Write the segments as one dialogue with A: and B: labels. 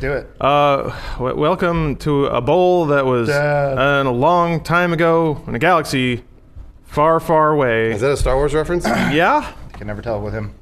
A: Do it.
B: Uh, w- welcome to a bowl that was
A: Dad.
B: uh, a long time ago in a galaxy far, far away.
C: Is that a Star Wars reference?
B: yeah,
A: You can never tell with him.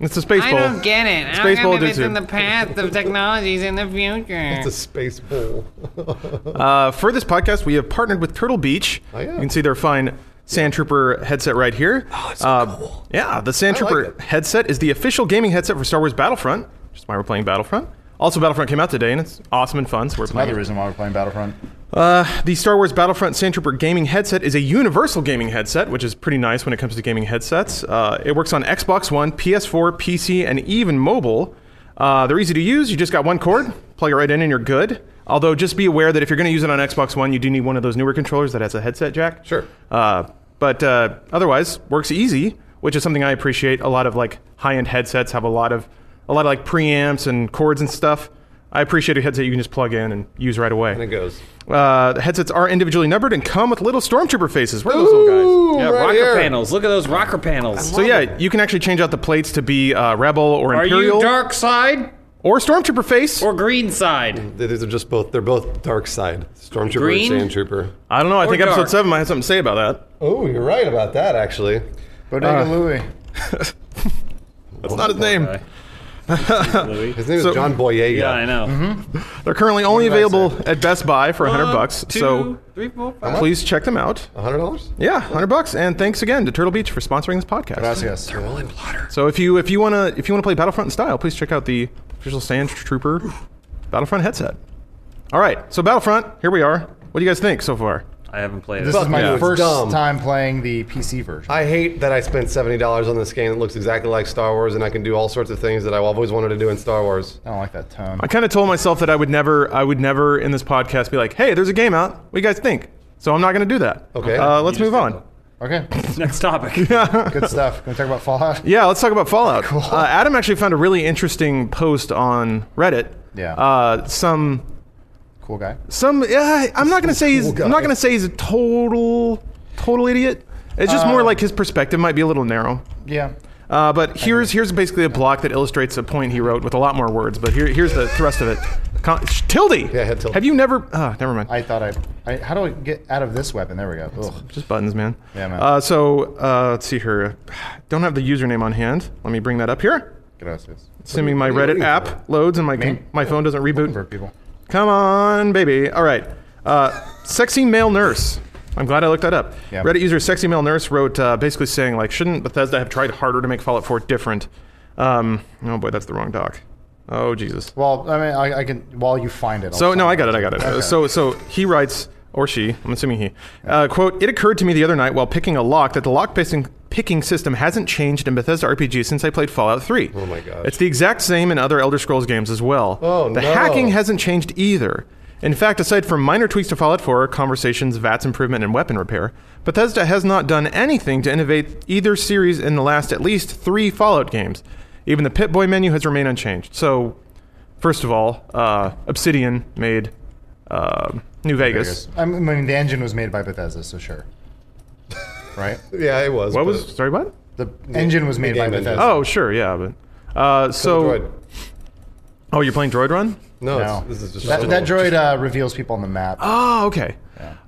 B: it's a space
D: I
B: bowl.
D: don't get it.
B: Space
D: How
B: bowl
D: come if
B: dudes
D: it's
B: here.
D: in the past of technologies in the future?
C: it's a space bowl.
B: Uh, for this podcast, we have partnered with Turtle Beach.
C: Oh, yeah.
B: You can see their fine Sand Trooper headset right here. Oh, it's uh, cool. Yeah, the Sand
C: I like
B: Trooper
C: it.
B: headset is the official gaming headset for Star Wars Battlefront, which is why we're playing Battlefront. Also, Battlefront came out today, and it's awesome and fun, so we're playing.
A: Another reason why we're playing Battlefront.
B: Uh, the Star Wars Battlefront Sand Trooper gaming headset is a universal gaming headset, which is pretty nice when it comes to gaming headsets. Uh, it works on Xbox One, PS4, PC, and even mobile. Uh, they're easy to use. You just got one cord, plug it right in, and you're good. Although, just be aware that if you're going to use it on Xbox One, you do need one of those newer controllers that has a headset jack.
C: Sure.
B: Uh, but uh, otherwise, works easy, which is something I appreciate. A lot of like high-end headsets have a lot of a lot of like preamps and cords and stuff. I appreciate a headset you can just plug in and use right away.
C: and it goes.
B: Uh, the headsets are individually numbered and come with little stormtrooper faces. Where are those little guys?
E: Yeah,
C: right
E: rocker
C: here.
E: panels. Look at those rocker panels.
B: So yeah, you can actually change out the plates to be uh, rebel or
E: Are you
B: imperial
E: dark side
B: or stormtrooper face.
E: or green side?
C: Th- These are just both. They're both dark side. Stormtrooper
E: Green?
C: and Sandtrooper.
B: I don't know. I think
E: dark.
B: episode seven might have something to say about that.
C: Oh, you're right about that, actually.
B: Uh,
A: Bodega Louie.
B: That's not his name.
E: Louis.
C: His name
B: So-
C: is John Boyega.
E: Yeah, I know.
B: They're currently only
C: did I
B: available at Best Buy for hundred bucks.
E: Two,
B: So
E: three, four, five.
B: please check them out.
C: hundred dollars?
B: Yeah, hundred bucks. And thanks again to Turtle Beach for sponsoring this podcast.
A: Gracias.
C: Rolling blotter.
B: So if you if you wanna if you wanna play Battlefront in style, please check out the official Sand Trooper Battlefront headset. All right, so Battlefront, here we are. What do you guys think so far?
E: I haven't played
A: This
E: it.
A: is my
C: yeah.
A: first
C: Dumb.
A: time playing the PC version.
C: I hate that I spent seventy dollars on this game that looks exactly like Star Wars, and I can do all sorts of things that I've always wanted to do in Star Wars.
A: I don't like that tone.
B: I kind of told myself that I would never, I would never in this podcast be like, "Hey, there's a game out. What do you guys think?" So I'm not going to do that.
C: Okay.
B: Uh, let's
E: You
B: move
E: just
B: on.
E: did
A: Okay,
E: Next topic. Yeah.
A: good stuff. Can we talk about Fallout?
B: Yeah, let's talk about Fallout. Uh, Adam actually found a really interesting post on Reddit.
A: Yeah.
B: Uh, some,
A: Cool guy.
B: some. Uh, I'm not going to say he's.
C: Cool guy.
B: I'm not going to say he's a total, total idiot. It's just more like his perspective might be a little narrow.
A: Yeah.
B: Uh, but here's here's basically a block that illustrates a point he wrote with a lot more words. But here here's the thrust of it. Con- sh- tilde.
C: I had tilde.
B: Have you never? Uh, never mind.
A: I thought I, I. How do I get out of this weapon? There we go. Ugh.
B: Just buttons, man.
A: Yeah, man.
B: Uh, so uh, let's see here. Don't have the username on hand. Let me bring that up here.
A: Gracias.
B: Assuming my
C: what are you
B: Reddit
C: waiting
B: app loads and my
A: Me?
B: my phone doesn't
A: For
B: reboot.
A: people.
B: Come on, baby. All right. Uh, sexy male nurse. I'm glad I looked that up.
A: Yeah.
B: Reddit user sexy male nurse wrote uh, basically saying like, shouldn't Bethesda have tried harder to make Fallout 4 different? Um, oh boy, that's the wrong doc. Oh Jesus.
A: Well, I mean, I, I can. While you find it. I'll
B: So no,
A: find
B: I got it. I got it. Uh, So so he writes or she. I'm assuming he. Uh, quote: It occurred to me the other night while picking a lock that the lock picking picking system hasn't changed in Bethesda RPG since I played Fallout 3. Oh
C: my gosh.
B: It's the exact same in other Elder Scrolls games as well.
C: Oh,
B: the
C: no.
B: hacking hasn't changed either. In fact, aside from minor tweaks to Fallout 4, conversations, VATS improvement, and weapon repair, Bethesda has not done anything to innovate either series in the last at least three Fallout games. Even the Pit Boy menu has remained unchanged. So, First of all, uh, Obsidian made uh, New Vegas.
A: I mean, the engine was made by Bethesda, so sure. Right.
C: Yeah, it was.
B: What
C: but-
B: was? Sorry, what?
A: The engine was made by
C: game engine.
A: Bethesda.
B: Oh, sure, yeah, but uh, so.
C: Droid.
B: Oh, you're playing Droid Run?
C: No,
A: No.
C: it's- this is just
A: that, that droid uh, reveals people on the map.
B: Oh, okay.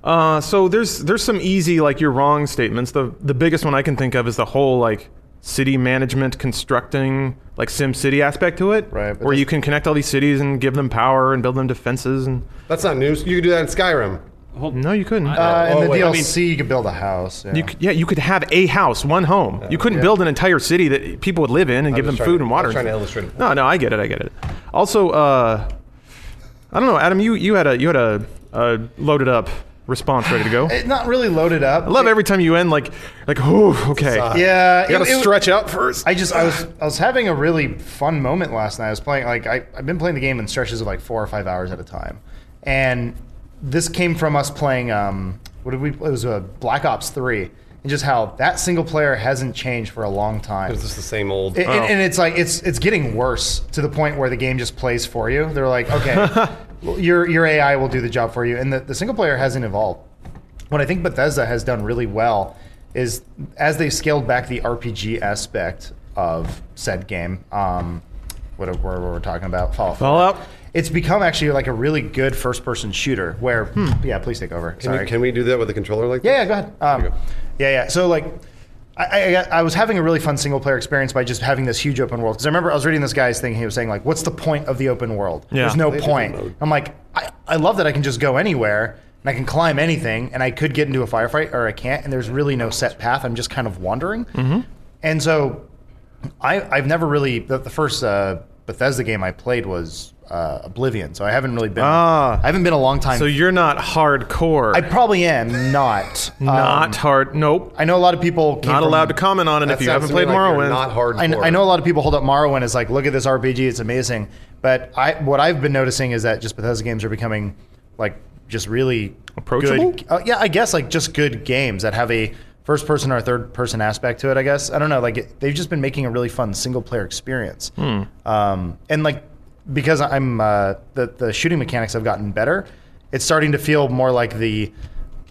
B: Uh, so there's there's some easy like you're wrong statements. The the biggest one I can think of is the whole like city management constructing like sim city aspect to it
A: Right, but
B: where
A: that's-
B: you can connect all these cities and give them power and build them defenses and
C: That's not news. You can do that in Skyrim.
B: no you couldn't
A: Uh, in
C: oh,
A: the
C: wait, I mean-
A: DLC, you could build a house. Yeah.
B: You could, yeah, you could have a house, one home. you couldn't build an entire city that people would live in and give them
C: just
B: food
C: trying to-
B: and water.
C: I was trying to
B: and-
C: illustrate it.
B: No, no, I get it. I get it. Also, uh, I don't know, Adam. You you had a you had a, a loaded up response ready to go. I
A: It not really loaded up.
B: love every time you end like like oh okay.
C: Uh,
A: Yeah,
B: you gotta
A: it- it-
B: stretch out first.
A: I just I was I was having a really fun moment last night. I was playing like I, I've been playing the game in stretches of like four or five hours at a time, and this came from us playing um what did we it was uh, Black Ops Three and just how that single player hasn't changed for a long time.
C: It's just the same old.
A: It- and, and it's like it's it's getting worse to the point where the game just plays for you. They're like, okay, your your AI will do the job for you, and the, the single player hasn't evolved. What I think Bethesda has done really well is as they scaled back the RPG aspect of said game. Um, whatever we're talking about, Fallout. 4.
B: Fallout.
A: It's become actually like a really good first-person shooter. Where, yeah, please take over.
C: Can,
A: Sorry.
C: we, can we do that with a controller like
A: Yeah, yeah, go ahead. Um,
C: you go.
A: Yeah, yeah. So like, I, I I was having a really fun single player experience by just having this huge open world. Because I remember I was reading this guy's thing. He was saying like, "What's the point of the open world?
B: Yeah.
A: There's no
C: Play different mode.
A: point." I'm like, I, I love that I can just go anywhere and I can climb anything and I could get into a firefight or I can't. And there's really no set path. I'm just kind of wandering.
B: Mm-hmm.
A: And so I, I've never really the, the first uh, Bethesda game I played was uh, Oblivion. So I haven't really been.
B: Ah.
A: I haven't been a long time.
B: So you're not hardcore.
A: I probably am not.
B: not
A: Um,
B: hard. Nope.
A: I know a lot of people came
B: Not
A: from-
B: allowed to comment on it if you haven't played Morrowind.
C: Not hardcore.
A: I, I know a lot of people hold up Morrowind as like, look at this RPG, it's amazing. But I, what I've been noticing is that just Bethesda games are becoming like just really
B: Approachable?
A: Good, uh, yeah, I guess like just good games that have a first person or third person aspect to it. I guess I don't know. Like it, they've just been making a really fun single player experience. Um, and like because I'm uh, the the shooting mechanics have gotten better, it's starting to feel more like the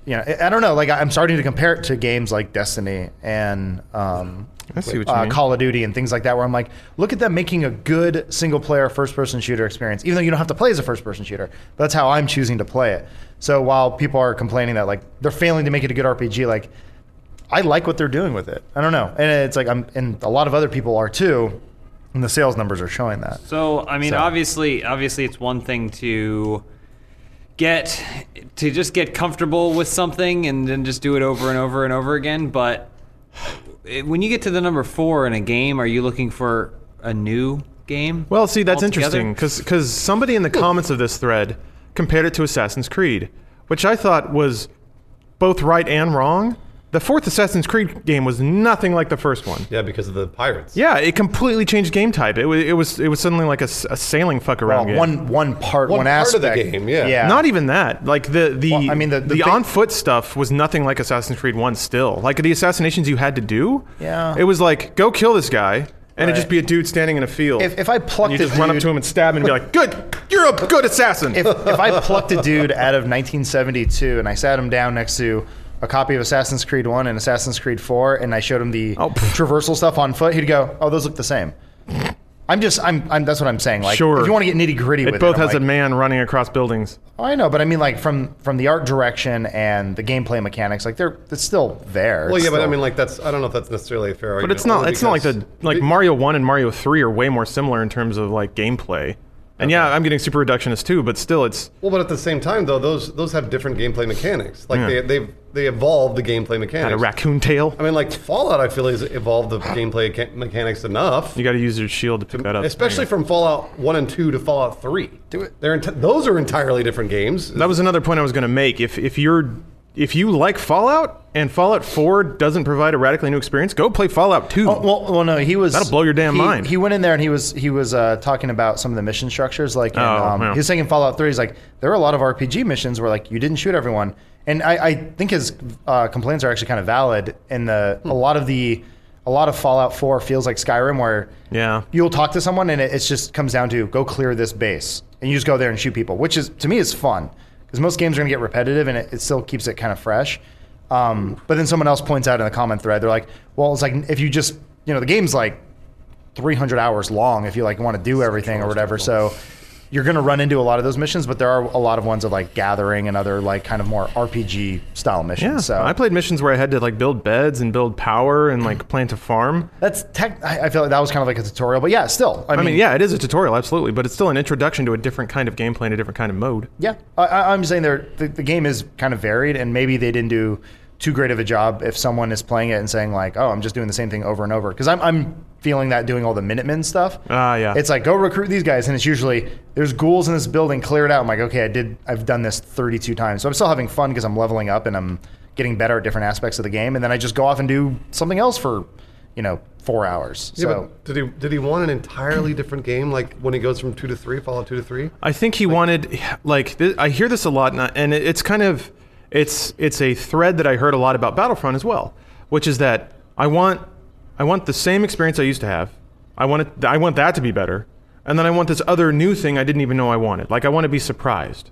A: you know, I- I don't know. Like, I- I'm starting to compare it to games like Destiny and um,
B: I see what you
A: uh,
B: mean.
A: Call of Duty and things like that, where I'm like, look at them making a good single player first person shooter experience, even though you don't have to play as a first person shooter. That's how I'm choosing to play it. So while people are complaining that like they're failing to make it a good RPG, like I like what they're doing with it. I don't know, and it's like I'm, and a lot of other people are too, and the sales numbers are showing that.
E: So I mean,
A: So-
E: obviously, obviously, it's one thing to get to just get comfortable with something and then just do it over and over and over again. But it- when you get to the number four in a game, are you looking for a new game?
B: Well, see, that's
E: altogether?
B: interesting because somebody in the comments of this thread compared it to Assassin's Creed, which I thought was both right and wrong. The fourth Assassin's Creed game was nothing like the first one.
C: Yeah, because of the pirates.
B: Yeah, it completely changed game type. It was it was it was suddenly like a, s- a sailing fuck around
A: Well,
B: game.
A: Uh, one one part, one,
C: One part of the
A: aspect
C: game, yeah.
A: yeah.
B: Not even that. Like the the
A: Well, I mean, the- the thing-
B: on foot stuff was nothing like Assassin's Creed One. Still, like the assassinations you had to do.
A: Yeah.
B: It was like go kill this guy, and it'd just
A: Right.
B: be a dude standing in a field.
A: If- if I plucked
B: and
A: a
B: you just run up
A: dude-
B: to him and stab him and be like, "Good, you're a good assassin."
A: if, if I plucked a dude out of 1972 and I sat him down next to a copy of Assassin's Creed 1 and Assassin's Creed 4 and I showed him the
B: Oh, pff.
A: traversal stuff on foot, he'd go, "Oh, those look the same." I'm just I'm, I'm that's what I'm saying. Like
B: Sure.
A: if you want to get nitty-gritty with
B: it both
A: it, I'm
B: has a
A: like,
B: man running across buildings.
A: Oh, I know, but I mean like from from the art direction and the gameplay mechanics, like they're it's still there.
C: Well,
A: It's
C: yeah, but I
A: still-
C: mean, like that's I don't know if that's necessarily a fair.
B: But it's not. It's not like the like
C: Mario.
B: Mario One and Mario Three are way more similar in terms of like gameplay. And yeah, I'm getting super reductionist too, but still, it's
C: Well, but at the same time, though, those those have different gameplay mechanics. Like
B: Yeah.
C: they they they evolve the gameplay
B: got a
C: mechanics.
B: raccoon tail.
C: I mean, like Fallout, I feel has evolved the gameplay ca- mechanics enough,
B: you got to use your shield to pick that up.
C: especially from Fallout One and Two to Fallout Three. Do it. They're enti- those are entirely different games.
B: That was another point I was going to make. If if you're if you like Fallout and Fallout 4 doesn't provide a radically new experience, go play Fallout 2.
A: Oh, well, well, no, he was.
B: That'll blow your damn
A: he-
B: mind.
A: He went in there and he was he was uh, talking about some of the mission structures. Like, in,
B: Oh,
A: um,
B: yeah.
A: he was saying in Fallout Three, he's like, there were a lot of RPG missions where like you didn't shoot everyone, and I, I think his uh, complaints are actually kind of valid. In the a lot of the a lot of Fallout Four feels like Skyrim, where
B: yeah.
A: you'll talk to someone and it it's just comes down to go clear this base, and you just go there and shoot people, which is to me is fun because most games are going to get repetitive and it, it still keeps it kind of fresh. Um, but then someone else points out in the comment thread, they're like, "Well, it's like if you just you know the game's like 300 hours long if you like want to do everything or whatever." So you're going to run into a lot of those missions, but there are a lot of ones of like gathering and other like kind of more RPG style missions.
B: Yeah.
A: so
B: I played missions where I had to like build beds and build power and like plant a farm.
A: that's tech. I I feel like that was kind of like a tutorial, but yeah, still.
B: I mean, yeah, it is a tutorial, absolutely, but it's still an introduction to a different kind of gameplay and a different kind of mode.
A: Yeah, I- I, I'm saying they're, the, the game is kind of varied, and maybe they didn't do too great of a job if someone is playing it and saying like, "Oh, I'm just doing the same thing over and over." Because I'm, I'm feeling that doing all the Minutemen stuff.
B: Ah, yeah.
A: It's like go recruit these guys, and it's usually there's ghouls in this building, clear it out. I'm like, okay, I did, I've done this 32 times, so I'm still having fun because I'm leveling up and I'm getting better at different aspects of the game, and then I just go off and do something else for, you know, four hours.
C: Yeah,
A: so
C: but did he did he want an entirely different game? Like when he goes from two to three, Fallout Two to three.
B: I think he wanted like th- I hear this a lot, and, I, and it, it's kind of it's it's a thread that I heard a lot about Battlefront as well, which is that I want I want the same experience I used to have. I want it, I want that to be better, and then I want this other new thing I didn't even know I wanted. Like I want to be surprised,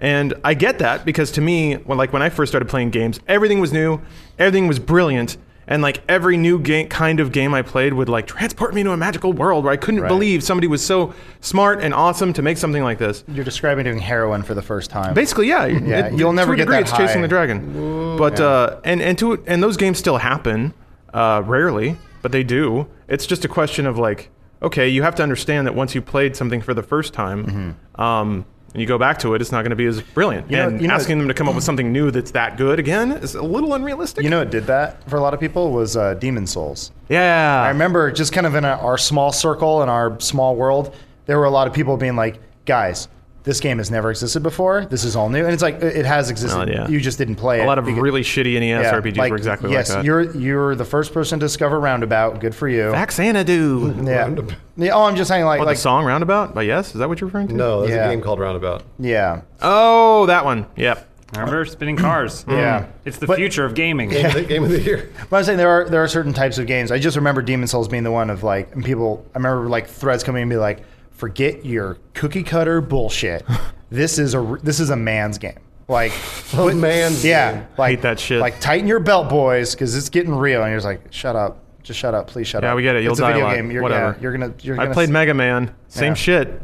B: and I get that because to me, when, like when I first started playing games, everything was new, everything was brilliant. And like every new game, kind of game I played would like transport me to a magical world where I couldn't
A: Right.
B: believe somebody was so smart and awesome to make something like this.
A: You're describing doing heroin for the first time.
B: Basically, yeah.
A: Yeah,
B: It-
A: you'll
B: to
A: never
B: a
A: get
B: degree,
A: that
B: It's chasing
A: high.
B: the dragon, but uh, and and to and those games still happen, uh, rarely, but they do. It's just a question of like, okay, you have to understand that once you played something for the first time, um, and you go back to it, it's not going to be as brilliant.
A: You know-
B: and
A: you know-
B: asking them to come up with something new that's that good again is a little unrealistic.
A: You know what did that for a lot of people was uh, Demon Souls.
B: yeah,
A: I remember just kind of in a, our small circle in our small world, there were a lot of people being like, "Guys, this game has never existed before. This is all new." And it's like it it has existed.
B: Oh, yeah.
A: You just didn't play it.
B: a lot of
A: because-
B: really shitty E NES
A: Yeah,
B: RPGs
A: like,
B: were exactly
A: yes,
B: like that.
A: you're you're the first person to discover Roundabout. Good for you.
B: Back Xanadu.
A: yeah. yeah. Oh, I'm just saying like
B: What
A: Mm-hmm. like
B: the song Roundabout by Yes? Is that what you're referring to?
C: No, there's
A: Yeah.
C: a game called Roundabout.
A: yeah.
B: Oh, that one. Yep.
E: I remember spinning cars.
C: Mm.
A: Yeah.
E: It's the
A: But-
E: future of gaming.
C: Game, of the, game of the year.
A: But I'm saying there are there are certain types of games. I just remember Demon Souls being the one of like and people. I remember like threads coming in and be like, "Forget your cookie cutter bullshit. this is a r- this is a man's game. Like,
C: Oh, man.
A: yeah, like
B: Hate that shit.
A: Like tighten your belt, boys, because it's getting real." And you're just like, "Shut up, just shut up, please shut
B: Yeah,
A: up."
B: we get it. You'll
A: it's
B: die
A: a video
B: a lot.
A: game. You're,
B: Whatever.
A: yeah, you're gonna. You're
B: I
A: gonna
B: played
A: s-
B: Mega Man. Same
A: Yeah.
B: shit.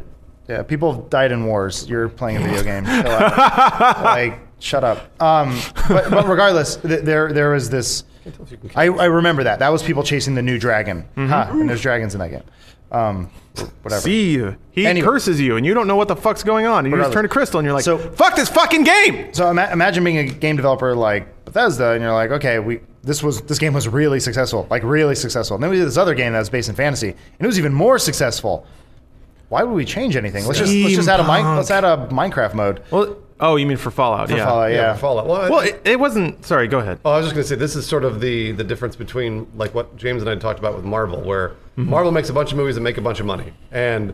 A: Yeah, people have died in wars. You're playing a video game. Chill out. like, shut up. Um, but, but regardless, th- there there was this. I, I remember that. That was people chasing the new dragon.
B: Mm-hmm.
A: Huh, and there's dragons in that game. Um, whatever.
B: Steve, he
A: Anyway.
B: curses you, and you don't know what the fuck's going on. And you just
A: Regardless.
B: turn to Crystal, and you're like,
A: So-
B: "Fuck this fucking game."
A: So ima- imagine being a game developer like Bethesda, and you're like, okay, we this was this game was really successful, like really successful. And then we did this other game that was based in fantasy, and it was even more successful. Why would we change anything? Let's just let's just add a
B: Steampunk.
A: mine, let's add a Minecraft mode.
B: Well, oh, you mean for Fallout? yeah.
A: Fallout, yeah.
C: Fallout. Well, I-
B: Well, it, it wasn't. Sorry, go ahead.
C: Oh, I was just going to say this is sort of the the difference between like what James and I talked about with Marvel, where Marvel makes a bunch of movies and make a bunch of money, and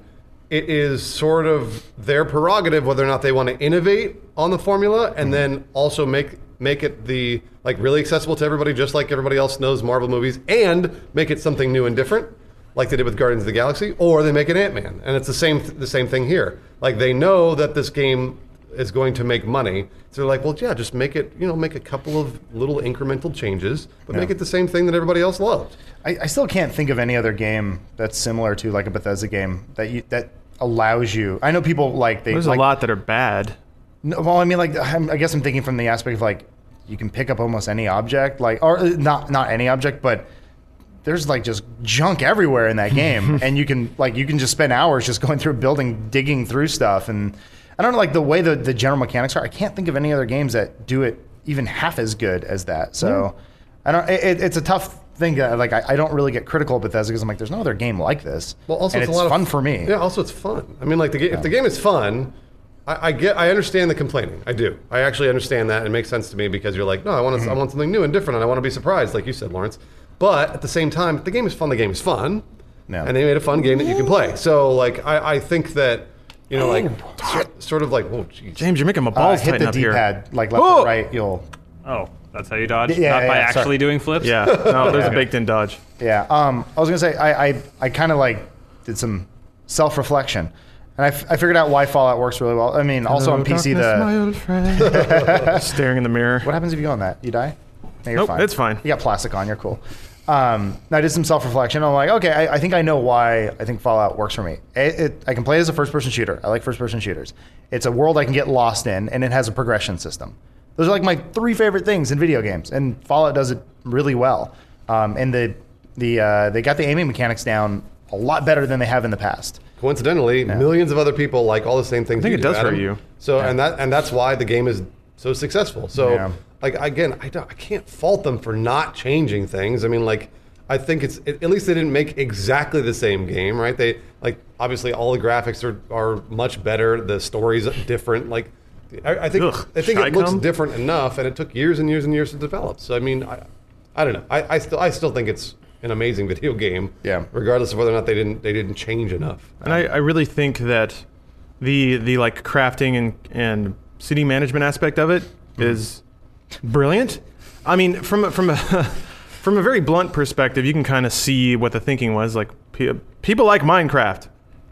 C: it is sort of their prerogative whether or not they want to innovate on the formula and then also make make it the like really accessible to everybody, just like everybody else knows Marvel movies, and make it something new and different like they did with Guardians of the Galaxy, or they make an Ant Man, and it's the same the same thing here. Like they know that this game is going to make money, so they're like, well, yeah, just make it, you know, make a couple of little incremental changes, but make it the same thing that everybody else loved.
A: I, I still can't think of any other game that's similar to like a Bethesda game that you that allows you. I know people like they
B: There's
A: like,
B: a lot that are bad.
A: No, well, I mean, like I'm, I guess I'm thinking from the aspect of like you can pick up almost any object, like or uh, not not any object, but there's like just junk everywhere in that game, and you can like you can just spend hours just going through a building, digging through stuff, and I don't know, like the way the the general mechanics are. I can't think of any other games that do it even half as good as that. So I don't. It, it- it's a tough thing. That, like I, I don't really get critical of Bethesda because I'm like, there's no other game like this.
C: Well, also
A: and
C: it's,
A: it's,
C: a lot
A: fun
C: of,
A: for me.
C: Yeah, also it's fun. I mean, like the ga- if the game is fun, I, I get, I understand the complaining. I do. I actually understand that. It makes sense to me because you're like, no, I want,
A: Mm-hmm.
C: to, I want something new and different, and I want to be surprised, like you said, Lawrence. But at the same time, if the game is fun. The game is fun,
A: Yeah.
C: and they made a fun game that you can play. So, like, I, I think that you know, like, sor- sort of like, oh, jeez.
B: James, you're making my
A: Uh,
B: balls
A: hit
B: tighten
A: the
B: up
A: D-pad,
B: here.
A: like left
B: Whoa!
A: or right, you'll
E: Oh, that's how you dodge?
A: Yeah,
E: Not by
A: yeah,
E: actually
A: sorry.
E: doing flips?
B: Yeah. No, there's a baked-in dodge.
A: Yeah. Um, I was gonna say I I, I kind of like did some self reflection, and I, f- I figured out why Fallout works really well. I mean, also on PC
B: Darkness, my
A: the
B: old friend. staring in the mirror.
A: what happens if you go on that? You die? No, you're
B: Nope, it's fine.
A: You got plastic on. You're cool. Um, and I did some self reflection. I'm like, okay, I, I think I know why I think Fallout works for me. It, it, I can play as a first person shooter. I like first person shooters. It's a world I can get lost in, and it has a progression system. Those are like my three favorite things in video games, and Fallout does it really well. Um, and the the uh, they got the aiming mechanics down a lot better than they have in the past.
C: coincidentally, millions of other people like all the same things.
B: think it
C: you do,
B: does hurt
C: Adam.
B: you.
C: So and that and that's why the game is so successful. So
A: Yeah.
C: like again, I don't, I can't fault them for not changing things. I mean, like I think it's at at least they didn't make exactly the same game, right? They like obviously all the graphics are are much better. The story's different. Like I, I think
B: Ugh,
C: I think it looks
B: Shycom?
C: different enough, and it took years and years and years to develop. So I mean, I, I don't know. I, I still I still think it's an amazing video game.
A: Yeah.
C: Regardless of whether or not they didn't they didn't change enough.
B: And I, I really think that the the like crafting and and city management aspect of it is brilliant. I mean, from a- from a from a very blunt perspective, you can kind of see what the thinking was. Like pe- people like Minecraft,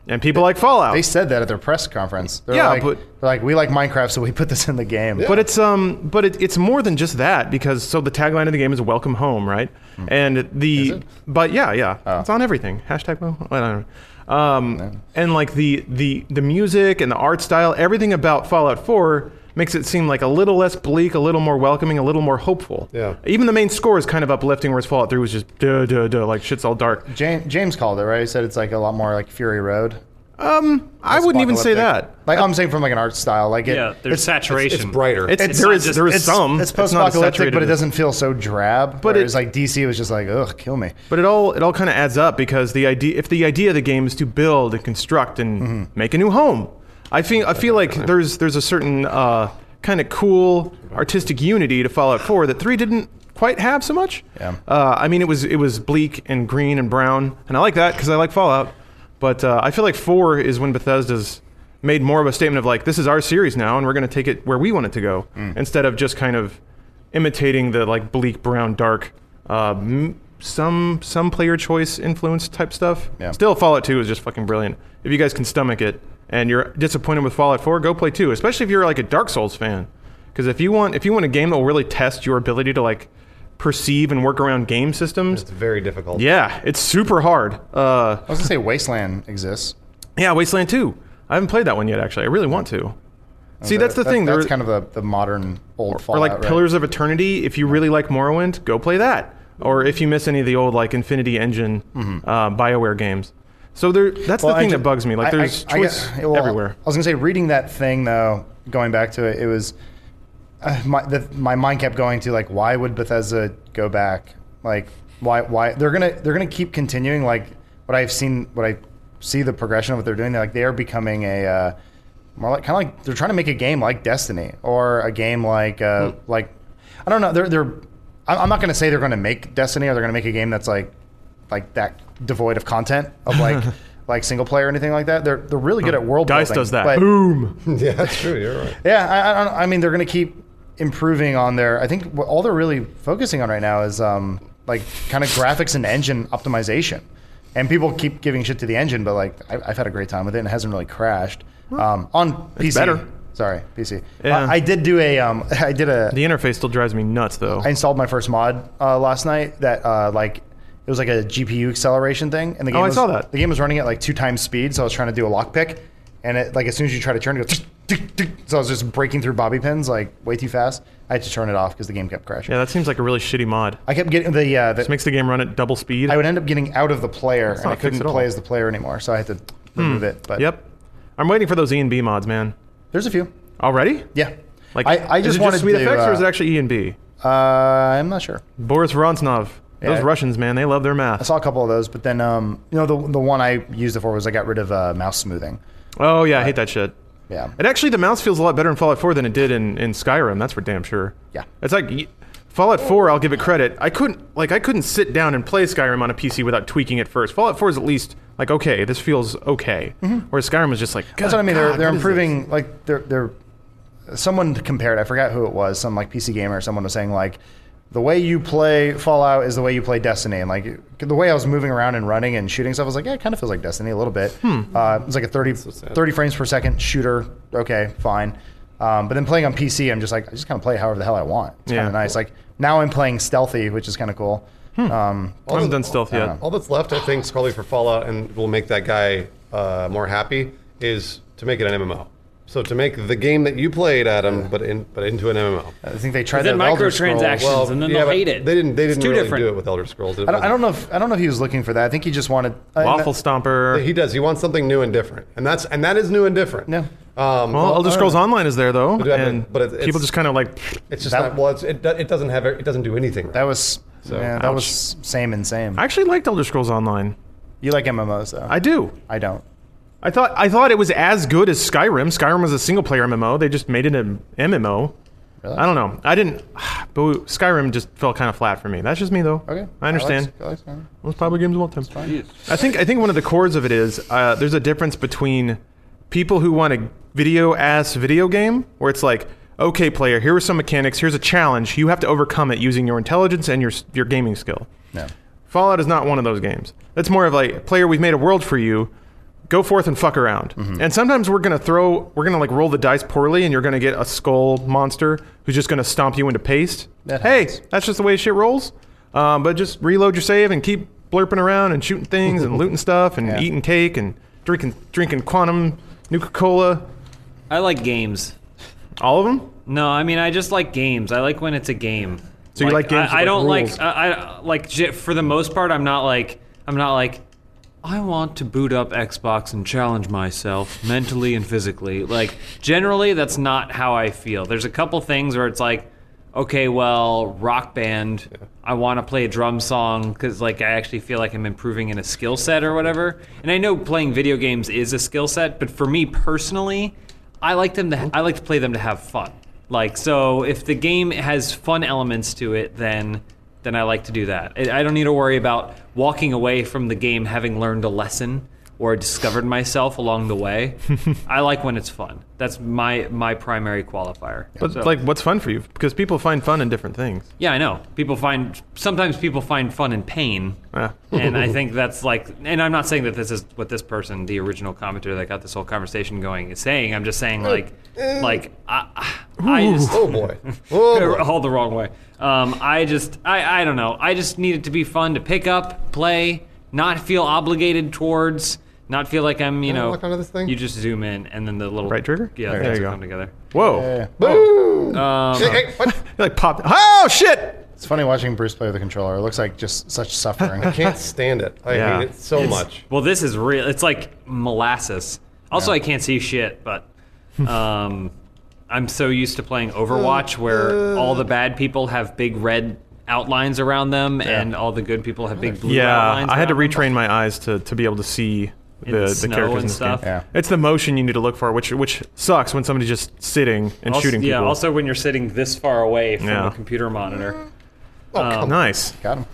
B: and people like Fallout.
A: They said that at their press conference. They're
B: Yeah,
A: like,
B: but-
A: they're like, we like Minecraft, so we put this in the game.
B: But it's um, but it, it's more than just that because so the tagline of the game is "Welcome Home," right?
A: Hmm.
B: And the but yeah, yeah,
A: Oh.
B: it's on everything. Hashtag well, I don't know. Um, and like the the the music and the art style, everything about Fallout Four makes it seem like a little less bleak, a little more welcoming, a little more hopeful.
C: Yeah.
B: Even the main score is kind of uplifting, whereas Fallout Three was just duh duh duh, like shit's all dark.
A: James, James called it right. He said it's like a lot more like Fury Road.
B: Um, I wouldn't even say that.
A: Apocalyptic. Like I'm saying from like an art style, like it,
F: Yeah, there's saturation.
C: It's brighter.
B: It's,
F: It's
B: there
F: not
B: is
F: just-
B: there is
A: it's
B: some.
A: It's
B: Um, not as
A: post-apocalyptic,
B: saturated
A: but it
B: as-
A: doesn't feel so drab.
B: But
A: But
B: it-
A: it's like DC was just like, ugh, kill me.
B: But it all it all kind of adds up because the idea if the idea of the game is to build and construct and make a new home, I feel I feel like there's there's a certain uh, kind of cool artistic unity to Fallout 4 that 3 didn't quite have so much.
A: Yeah.
B: Uh, I mean it was it was bleak and green and brown and I like that because I like Fallout, but uh, I feel like 4 is when Bethesda's made more of a statement of like this is our series now and we're going to take it where we want it to go instead of just kind of imitating the like bleak brown dark uh, m- some some player choice influence type stuff
A: Yeah.
B: still fallout 2 is just fucking brilliant if you guys can stomach it and you're disappointed with fallout 4 go play 2 especially if you're like a dark souls fan because if you want if you want a game that will really test your ability to like perceive and work around game systems
C: It's very difficult.
B: yeah it's super hard uh,
A: I was gonna say Wasteland exists.
B: yeah wasteland 2 i haven't played that one yet actually i really want to see that's the
A: That-
B: thing
A: That's
B: there-
A: kind of the, the modern old
B: or
A: Fallout.
B: like
A: right?
B: Pillars of Eternity. If you really like Morrowind, go play that.
A: Mm-hmm.
B: Or if you miss any of the old like Infinity Engine uh, Bioware games. So there, that's
A: Well, I
B: the thing
A: ju-
B: that bugs me.
A: I-
B: Like
A: I-
B: there's
A: I
B: choice
A: get- well,
B: everywhere.
A: I was gonna say reading that thing though, going back to it, it was uh, my the, my mind kept going to like why would Bethesda go back? Like why why they're gonna they're gonna keep continuing like what I've seen what I see the progression of what they're doing. They're like they are becoming a uh, more like kind of like they're trying to make a game like Destiny or a game like uh,
B: Hmm.
A: like I don't know they're they're I'm I'm not gonna say they're gonna make Destiny or they're gonna make a game that's like like that devoid of content of like like single player or anything like that. They're they're really good at world
B: Hmm. Dice
A: building,
B: does that.
A: but-
B: Boom.
C: yeah, that's true. You're right.
A: yeah, I, I, don't- I mean, they're going to keep improving on their. I think what all they're really focusing on right now is um, like kind of graphics and engine optimization. And people keep giving shit to the engine, but like I, I've had a great time with it and it hasn't really crashed um, on PC.
B: better.
A: Sorry, PC.
B: Yeah.
A: I, I did do a. Um, I did a.
B: The interface still drives me nuts though.
A: I installed my first mod uh, last night that uh, like it was like a GPU acceleration thing, and the game
B: Oh, I
A: was,
B: saw that.
A: the game was running at like two times speed, so I was trying to do a lockpick, and it like as soon as you try to turn, it goes. tick, tick, So I was just breaking through bobby pins like way too fast. I had to turn it off because the game kept crashing.
B: yeah, that seems like a really shitty mod.
A: I kept getting the, uh,
B: Just
A: the
B: makes the game run at double speed.
A: I would end up getting out of the player, and
B: not
A: I
B: a fix
A: couldn't
B: at all. Hmm.
A: play as the player anymore, so I had to remove it. But
B: yep. I'm waiting for those E and B mods, man.
A: there's a few.
B: Already?
A: Yeah,
B: Like
A: I, I
B: is
A: just
B: it
A: wanted
B: sweet
A: to.
B: effects,
A: uh,
B: or is it actually E and B?
A: uh, I'm not sure.
B: Boris Vronsnov. Those
A: Yeah.
B: Russians, man, they love their math.
A: I saw a couple of those, but then um, you know the the one I used it for was I got rid of uh, mouse smoothing.
B: oh yeah, I hate that shit.
A: Yeah.
B: And actually, the mouse feels a lot better in Fallout 4 than it did in, in Skyrim. That's for damn sure.
A: Yeah.
B: It's like y- Fallout 4. I'll give it credit. I couldn't like I couldn't sit down and play Skyrim on a PC without tweaking it first. Fallout 4 is at least like okay, this feels okay. Whereas Skyrim was just like
A: Mm-hmm. That's what I mean.
B: "God,
A: They're, they're
B: what is this?"
A: improving. Like they're they're someone compared. I forgot who it was. Some like PC gamer. or Someone was saying like the way you play Fallout is the way you play Destiny, and like the way I was moving around and running and shooting stuff I was like, yeah, it kind of feels like Destiny a little bit.
B: Hmm.
A: Uh, it's like a 30, 30 frames per second shooter. Okay, fine. Um, but then playing on PC, I'm just like I just kind of play however the hell I want. It's kind
B: Yeah. Hmm.
A: of nice. Like now I'm playing stealthy, which is kind of cool. Um,
B: I haven't done stealth yet.
C: All that's left, I think, probably for Fallout and will make that guy uh, more happy is to make it an MMO. So to make the game that you played, Adam, but in but into an MMO.
A: I think they tried that
E: Then
A: with Elder Scrolls.
E: microtransactions, and then
C: yeah,
E: they'll
C: but
E: hate it.
C: They didn't. They
E: It's
C: didn't
E: two
C: really
E: different.
C: do it with Elder Scrolls. It
A: I don't, I
C: wasn't-
A: don't know if I don't know if he was looking for that. I think he just wanted I-
B: Waffle Stomper.
C: He does. He wants something new and different, and that's and that is new and different.
A: No.
C: Um,
B: well, Elder
A: I don't
B: Scrolls
A: know.
B: Online is there though,
C: yeah, but-
B: and
C: but it-
B: people
C: it's-
B: just kind of like
C: it's just
A: That-
C: not. Well, it's, it, do- it doesn't have. It doesn't do anything. Right.
A: That was yeah, that
B: Ouch.
A: was same and same.
B: I actually liked Elder Scrolls Online.
A: you like MMOs though.
B: I do.
A: I don't.
B: I thought I thought it was as good as Skyrim. Skyrim was a single player MMO. They just made it an MMO.
A: Really?
B: I don't know. I didn't. But Skyrim just fell kind of flat for me. That's just me though.
A: Okay.
B: I understand.
A: I like- I like-
B: Most popular games of all time. I think I think one of the cores of it is uh, there's a difference between people who want a video ass video game where it's like, okay, player, here are some mechanics, here's a challenge, you have to overcome it using your intelligence and your s- your gaming skill.
A: no.
B: Fallout is not one of those games. That's more of like, player, we've made a world for you. go forth and fuck around.
A: Mm-hmm.
B: And sometimes we're gonna throw, we're gonna like roll the dice poorly, and you're gonna get a skull monster who's just gonna stomp you into paste.
A: That
B: hey,
A: happens.
B: that's just the way shit rolls. Um, but just reload your save and keep blurping around and shooting things and looting stuff and
A: Yeah.
B: eating cake and drinking drinking quantum Nuka Cola.
E: I like games.
B: All of them.
E: No, I mean I just like games. I like when it's a game.
B: So you like games with,
E: I, I
B: like,
E: don't
B: rules.
E: like. I, I like j- for the most part. I'm not like. I'm not like. I want to boot up Xbox and challenge myself mentally and physically. Like generally, that's not how I feel. There's a couple things where it's like, okay, well, Rock Band. I want to play a drum song because like I actually feel like I'm improving in a skill set or whatever. And I know playing video games is a skill set, but for me personally, I like them to. I like to play them to have fun. Like so, if the game has fun elements to it, then then I like to do that. I I don't need to worry about walking away from the game having learned a lesson or discovered myself along the way. I like when it's fun. That's my my primary qualifier.
B: But
E: So-
B: like, what's fun for you? Because people find fun in different things.
E: yeah, I know. People find sometimes people find fun in pain.
B: Yeah.
E: and I think that's like and I'm not saying that this is what this person, the original commentator that got this whole conversation going is saying. I'm just saying like like I I just
C: Oh boy. Oh boy.
E: all the wrong way. Um, I just, I, I don't know. I just need it to be fun to pick up, play, not feel obligated towards, not feel like I'm, you
C: Can I
E: know.
C: lock onto this thing?
E: You just zoom in, and then the little
B: Right trigger?
E: Yeah,
B: There
E: things
B: you
E: will
B: go.
E: come together.
B: Whoa!
A: Yeah.
C: Boo! Hey, hey, what?
B: You're like pop. Oh shit!
A: It's funny watching Bruce play with the controller. It looks like just such suffering.
C: I can't stand it. I
B: Yeah.
C: hate it so much.
E: Well, this is real. It's like molasses. Also, I can't see shit, but um, I'm so used to playing Overwatch where all the bad people have big red outlines around them, and all the good people have big blue
B: Yeah,
E: outlines.
B: I had to
E: around them.
B: retrain my eyes to, to be able to see the,
E: the
B: the,
E: snow
B: characters
E: and
B: in this
E: stuff.
B: game.
A: Yeah.
B: It's the motion you need to look for, which which sucks when somebody's just sitting and
E: Also-
B: shooting
E: yeah,
B: people.
E: also when you're sitting this far away from
B: Yeah.
E: a computer monitor.
C: Oh,
E: um,
C: come on.
B: nice.
A: Got him.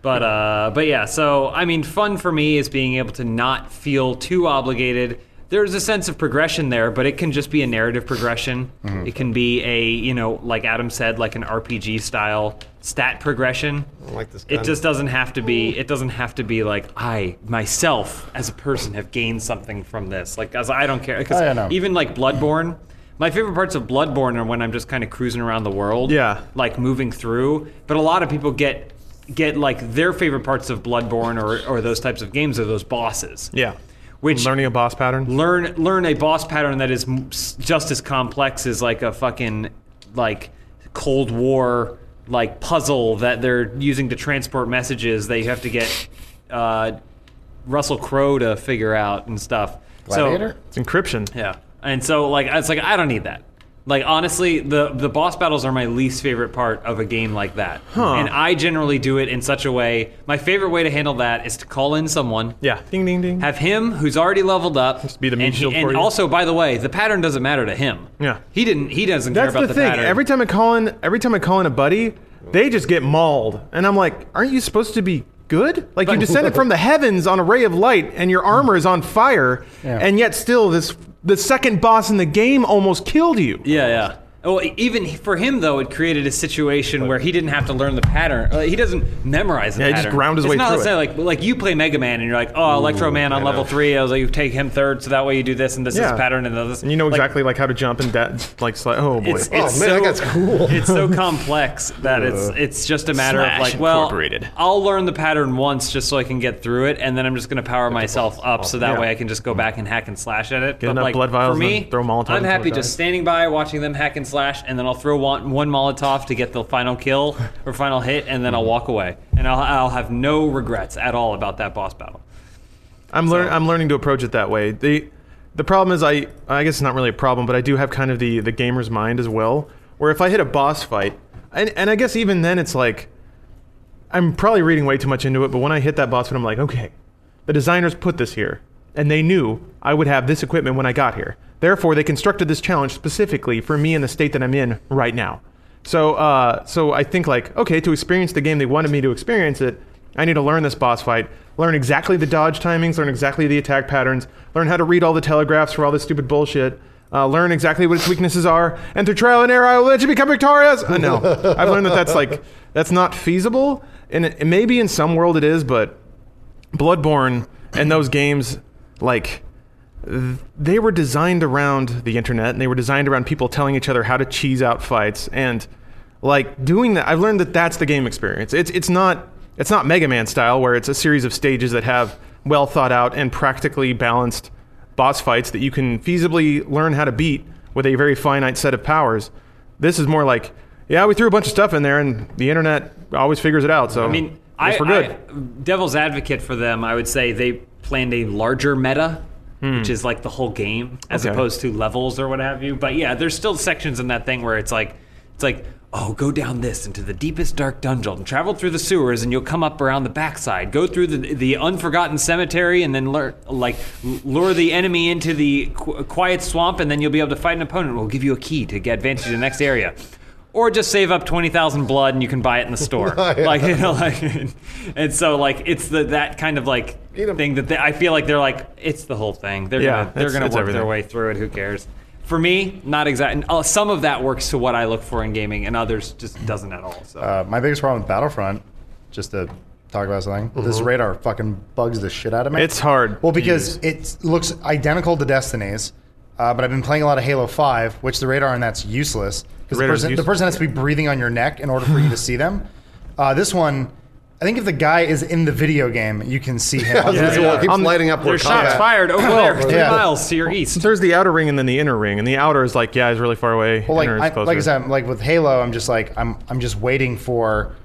E: But uh, but yeah, so I mean, fun for me is being able to not feel too obligated. There's a sense of progression there, but it can just be a narrative progression.
A: Mm-hmm.
E: It can be a you know, like Adam said, like an RPG style stat progression.
C: I don't like this
E: It
C: gun.
E: just doesn't have to be. It doesn't have to be like I myself as a person have gained something from this. Like as I don't care because
A: Oh, I don't know.
E: even like Bloodborne. My favorite parts of Bloodborne are when I'm just kind of cruising around the world.
B: Yeah.
E: Like moving through. But a lot of people get get like their favorite parts of Bloodborne or, or those types of games are those bosses.
B: Yeah.
E: Which
B: Learning a boss pattern.
E: learn learn a boss pattern that is m- s- just as complex as like a fucking like Cold War like puzzle that they're using to transport messages that you have to get uh, Russell Crowe to figure out and stuff.
A: Gladiator?
B: It's encryption.
E: So yeah, and so like it's like I don't need that. Like honestly, the the boss battles are my least favorite part of a game like that. And I generally do it in such a way. My favorite way to handle that is to call in someone.
B: Yeah. Ding ding ding.
E: Have him, who's already leveled up,
B: Just be the meat
E: and, he-
B: shield
E: and
B: for you.
E: also, by the way, the pattern doesn't matter to him.
B: Yeah.
E: he didn't. He doesn't
B: That's
E: care
B: the,
E: about the,
B: thing.
E: pattern.
B: Every time I call in, every time I call in a buddy, they just get mauled, and I'm like, aren't you supposed to be good? Like you descended from the heavens on a ray of light, and your armor is on fire,
A: Yeah.
B: and yet still this the second boss in the game almost killed you.
E: yeah, yeah. Oh, even for him though, it created a situation where he didn't have to learn the pattern. Uh, he doesn't memorize the
B: Yeah, he
E: pattern.
B: just ground his
E: it's
B: way
E: not
B: through
E: necessarily Like, like you play Mega Man and you're like, oh, Electro Man on
C: I
E: level
C: know.
E: three. I was like, you take him third, so that way you do this and this is
B: Yeah.
E: pattern and this.
B: And you know exactly like, how to jump and that like sli- oh boy.
E: It's, it's
C: Oh, man,
E: so,
C: that guy's cool.
E: It's so complex that it's
B: Uh,
E: it's just a matter
B: Smash
E: of like, well,
B: Incorporated.
E: I'll learn the pattern once just so I can get through it, and then I'm just going to power myself up so that
B: Yeah.
E: way I can just go back and hack and slash at it. but
B: enough
E: like
B: blood vials
E: for
B: and
E: me,
B: then throw Molotov
E: I'm
B: until
E: happy
B: it
E: just
B: dies.
E: standing by watching them hack and slash, and then I'll throw one, one Molotov to get the final kill or final hit, and then I'll walk away, and I'll, I'll have no regrets at all about that boss battle.
B: I'm learning. I'm learning to approach it that way. the The problem is, I I guess it's not really a problem, but I do have kind of the the gamer's mind as well. Where if I hit a boss fight, and and I guess even then it's like, I'm probably reading way too much into it. But when I hit that boss fight, I'm like, okay, the designers put this here, and they knew I would have this equipment when I got here. Therefore, they constructed this challenge specifically for me in the state that I'm in right now. So, uh, so I think like, okay, to experience the game they wanted me to experience it, I need to learn this boss fight, learn exactly the dodge timings, learn exactly the attack patterns, learn how to read all the telegraphs for all this stupid bullshit, uh, learn exactly what its weaknesses are, and through trial and error, I will let you become victorious. Uh, no, I've learned that that's like that's not feasible, and it, maybe in some world it is, but Bloodborne and those games, like, th- they were designed around the internet and they were designed around people telling each other how to cheese out fights and like doing that. I've learned that that's the game experience. It's it's not it's not Mega Man style where it's a series of stages that have well thought out and practically balanced boss fights that you can feasibly learn how to beat with a very finite set of powers. This is more like, yeah, we threw a bunch of stuff in there, and the internet always figures it out. So
E: I mean,
B: I
E: I,
B: guess we're good.
E: I- devil's advocate for them, I would say they planned a larger meta, which is like the whole game, as
B: Hmm. Okay.
E: opposed to levels or what have you. But yeah, there's still sections in that thing where it's like, it's like, oh, go down this into the deepest dark dungeon, travel through the sewers, and you'll come up around the backside. Go through the the unforgotten cemetery, and then lure, like lure the enemy into the qu- quiet swamp, and then you'll be able to fight an opponent. We'll give you a key to get advantage to the next area. Or just save up twenty thousand blood and you can buy it in the store. Like you know, like, and so like it's the that kind of like
C: Eat 'em.
E: thing that they, I feel like they're like it's the whole thing. They're
B: Yeah,
E: gonna, they're
B: it's-
E: gonna
B: it's
E: work
B: everything.
E: their way through it. Who cares? For me, not exactly. Uh, some of that works to what I look for in gaming, and others just doesn't at all. So
A: Uh, my biggest problem with Battlefront, just to talk about something, this radar fucking bugs the shit out of me.
B: Mm-hmm. It's hard
A: Well,
B: to
A: because it looks identical to Destiny's, uh, but I've been playing a lot of Halo Five, which the radar on that's useless because the
B: Radar's
A: person
B: useless.
A: the person has to be breathing on your neck in order for you to see them. Uh, this one, I think if the guy is in the video game, you can see him. on the
C: Because
A: radar.
C: it keeps lighting up. where
E: there's Um, shots
C: combat-
E: fired over there, three
A: yeah.
E: miles to your east.
B: there's the outer ring and then the inner ring, and the outer is like, yeah, it's really far away.
A: Well, like
B: inner is
A: I,
B: closer.
A: like I said, I'm- like with Halo, I'm just like I'm I'm just waiting for.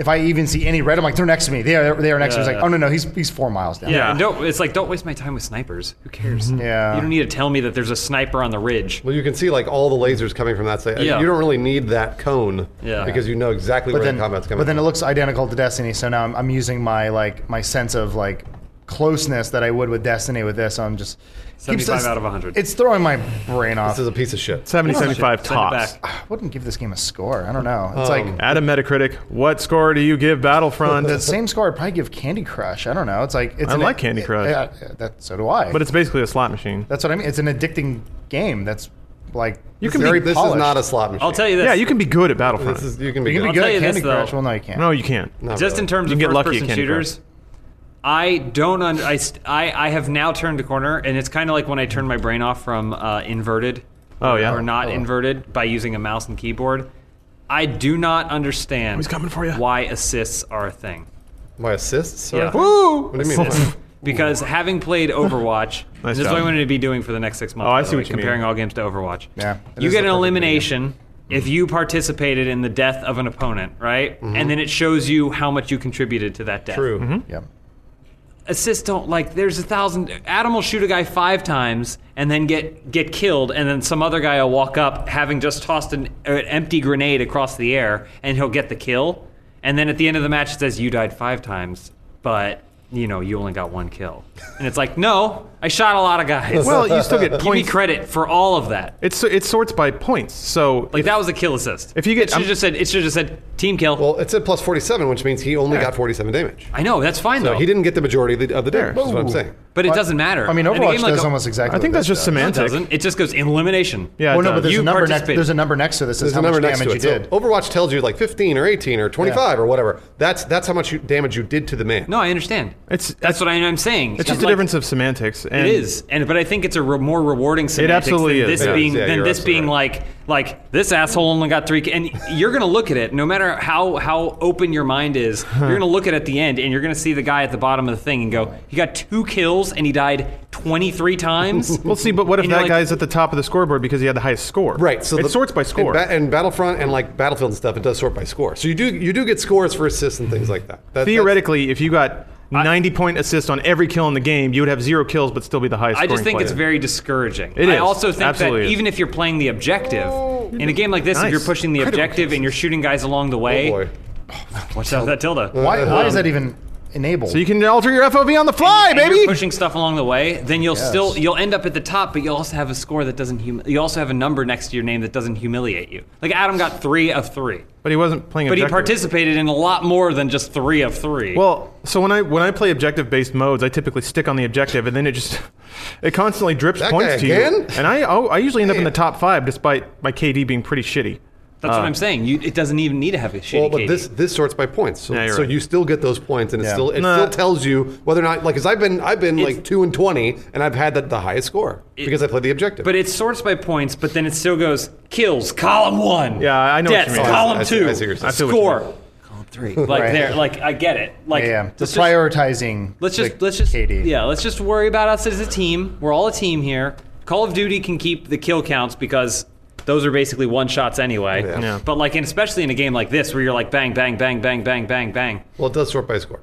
A: If I even see any red, I'm like they're next to me. They are they are next to me. It's like
E: Yeah.
A: oh no no he's he's four miles down.
E: Yeah, and don't, it's like don't waste my time with snipers. Who cares?
B: Mm-hmm.
A: Yeah.
E: you don't need to tell me that there's a sniper on the ridge.
C: Well, you can see like all the lasers coming from that side.
E: Yeah.
C: You don't really need that cone
E: Yeah.
C: because you know exactly
A: but
C: where
A: then
C: the combat's coming.
A: but then it
C: from.
A: looks identical to Destiny. So now I'm, I'm using my like my sense of like closeness that I would with Destiny with this. I'm just keeps-
E: 75
A: it's-
E: out of 100.
A: It's throwing my brain off.
C: this is a piece of shit.
B: 70, 75
E: Send it
B: tops.
E: back.
A: I wouldn't give this game a score. I don't know. It's
C: Um,
A: like
B: At a Metacritic, what score do you give Battlefront?
A: the same score I'd probably give Candy Crush. I don't know. It's like it's
B: I
A: an-
B: like Candy Crush.
A: Yeah, yeah, that, so do I.
B: but it's basically a slot machine.
A: that's what I mean. It's an addicting game. That's like
B: You can
C: Very,
B: be,
C: this
A: polished.
C: is not a slot machine.
E: I'll tell you this.
B: yeah, you can be good at Battlefront.
C: This is you can be
A: you can be
E: I'll
A: good
E: tell you
A: at
E: this,
A: Candy Crush.
E: though.
A: Well, no, you can't.
B: no, you can't.
C: Not
E: just in
C: really.
E: terms
B: You can
E: of
B: get
E: first
B: lucky at
E: person
B: Candy
E: shooters,
B: Crush.
E: I don't. Un- I, st- I I have now turned a corner, and it's kind of like when I turned my brain off from uh, inverted.
B: Oh, yeah?
E: or not inverted by using a mouse and keyboard. I do not understand.
B: He's coming for ya.
E: Why assists are a thing?
C: my assists.
E: Yeah.
C: Yeah.
B: Woo!
C: What do you mean?
E: Because having played Overwatch,
B: Nice
E: this is
B: job.
E: what I'm going to be doing for the next six months.
B: Oh, I
E: by the
B: see
E: way,
B: what you mean.
E: comparing all games to Overwatch.
A: Yeah, it
E: you
A: is
E: get
A: the
E: an
A: perfect
E: elimination if
B: Mm-hmm.
E: you participated in the death of an opponent, right? And then it shows you how much you contributed to that death.
C: True.
A: Yeah.
E: assists don't like there's a thousand adam will shoot a guy five times and then get get killed and then some other guy will walk up having just tossed an, uh, an empty grenade across the air and he'll get the kill and then at the end of the match it says you died five times but you know you only got one kill and it's like no i shot a lot of guys
B: Well, you still get
E: give me
B: points.
E: credit for all of that
B: It's it sorts by points. So
E: like that was a kill assist
B: if you get-
E: it should
B: I'm-
E: have just said it should have just said team kill
C: Well, it said plus 47, which means he only got 47 damage.
E: i know that's fine
C: So
E: though
C: he didn't get the majority of the, of the damage. That's what I'm
A: Ooh.
C: saying.
E: but it doesn't matter
A: I mean,
E: In a game
A: Overwatch does
E: like O-
A: almost exactly.
B: I think
A: what
B: that's
A: this
B: just
A: does.
E: No, it
B: semantic.
E: doesn't. It just goes in elimination.
B: Yeah,
A: Well,
B: it
A: no, but
B: does.
A: there's
E: You
A: a number next.
E: participated.
A: There's a number next to this. There's
C: There's
A: how
C: a number
A: much
C: next
A: damage
C: to
A: you
C: it. So
A: did.
C: Overwatch tells you like 15 or 18 or 25 or whatever. That's that's how much you, damage you did to the man.
E: No, I understand.
B: It's-
E: that's what I, am saying.
B: it's just a
E: like,
B: difference of semantics. And
E: It is, and but I think it's a re- more rewarding semantics
B: absolutely
E: than
B: is.
E: this
B: Yeah,
E: being
C: yeah,
E: than
C: you're
E: this
C: absolutely
E: being
C: right.
E: like like this asshole only got three. ki-" And you're gonna look at it, no matter how how open your mind is. You're gonna look at it at the end, and you're gonna see the guy at the bottom of the thing and go, "He got two kills, and he died 23 times."
B: Well, see, but what if
E: And
B: that
E: you're like-
B: guy's at the top of the scoreboard because he had the highest score?
C: Right. So
B: it
C: the-
B: sorts by score.
C: And, ba- and Battlefront and like Battlefield and stuff, it does sort by score. So you do you do get scores for assists and things like that. that
B: Theoretically, if you got 90 point assist on every kill in the game, you would have zero kills but still be the highest.
E: I just
B: scoring
E: think it's
B: player.
E: very discouraging.
B: It
E: I
B: is.
E: also think
B: Absolutely
E: that
B: is. Oh.
E: even if you're playing the objective in a game like this,
B: Nice. Oh,
E: if you're pushing the
B: Critical
E: objective and you're shooting guys along the way,
C: that's, Oh, boy.
E: watch out for that tilde.
A: Why, why is that even enabled?
B: So you can alter your FOV on the fly,
E: If
B: baby.
E: you're pushing stuff along the way, then you'll
A: Yes.
E: still you'll end up at the top, but you'll also have a score that doesn't hum- you also have a number next to your name that doesn't humiliate you. Like Adam got three of three,
B: but he wasn't playing.
E: but he
B: objective.
E: participated in a lot more than just three of three.
B: Well, so when I when I play objective based modes, I typically stick on the objective, and then it just it constantly drips
C: That
B: points
C: guy
B: to
C: again?
B: you, and I oh, I usually end up in the top five despite my KD being pretty shitty.
E: That's
B: Uh,
E: what I'm saying. You, it doesn't even need to have a shitty
C: Well, but
E: KD.
C: this this sorts by points, so,
B: Yeah, you're
C: so
B: right.
C: you still get those points, and it
A: Yeah.
C: still it
B: Nah.
C: still tells you whether or not like because I've been I've been
E: It's-
C: like two and twenty, and I've had the, the highest score because I played the objective.
E: But it sorts by points, but then it still goes kills column one.
B: Yeah, I know what you
E: deaths,
B: mean.
E: column
C: I see- I see-
E: two.
C: I see what you're saying. I
B: feel what you
E: score column three. Like
A: Right.
E: there, like I get it. Like
A: yeah, yeah.
E: let's
A: The
E: just-
A: prioritizing.
E: Let's just
A: the
E: let's just
A: KD.
E: yeah. Let's just worry about us as a team. We're all a team here. Call of Duty can keep the kill counts because those are basically one shots anyway.
C: Yeah.
B: Yeah.
E: But like, and especially in a game like this where you're like bang, bang, bang, bang, bang, bang, bang.
C: well, it does sort by score.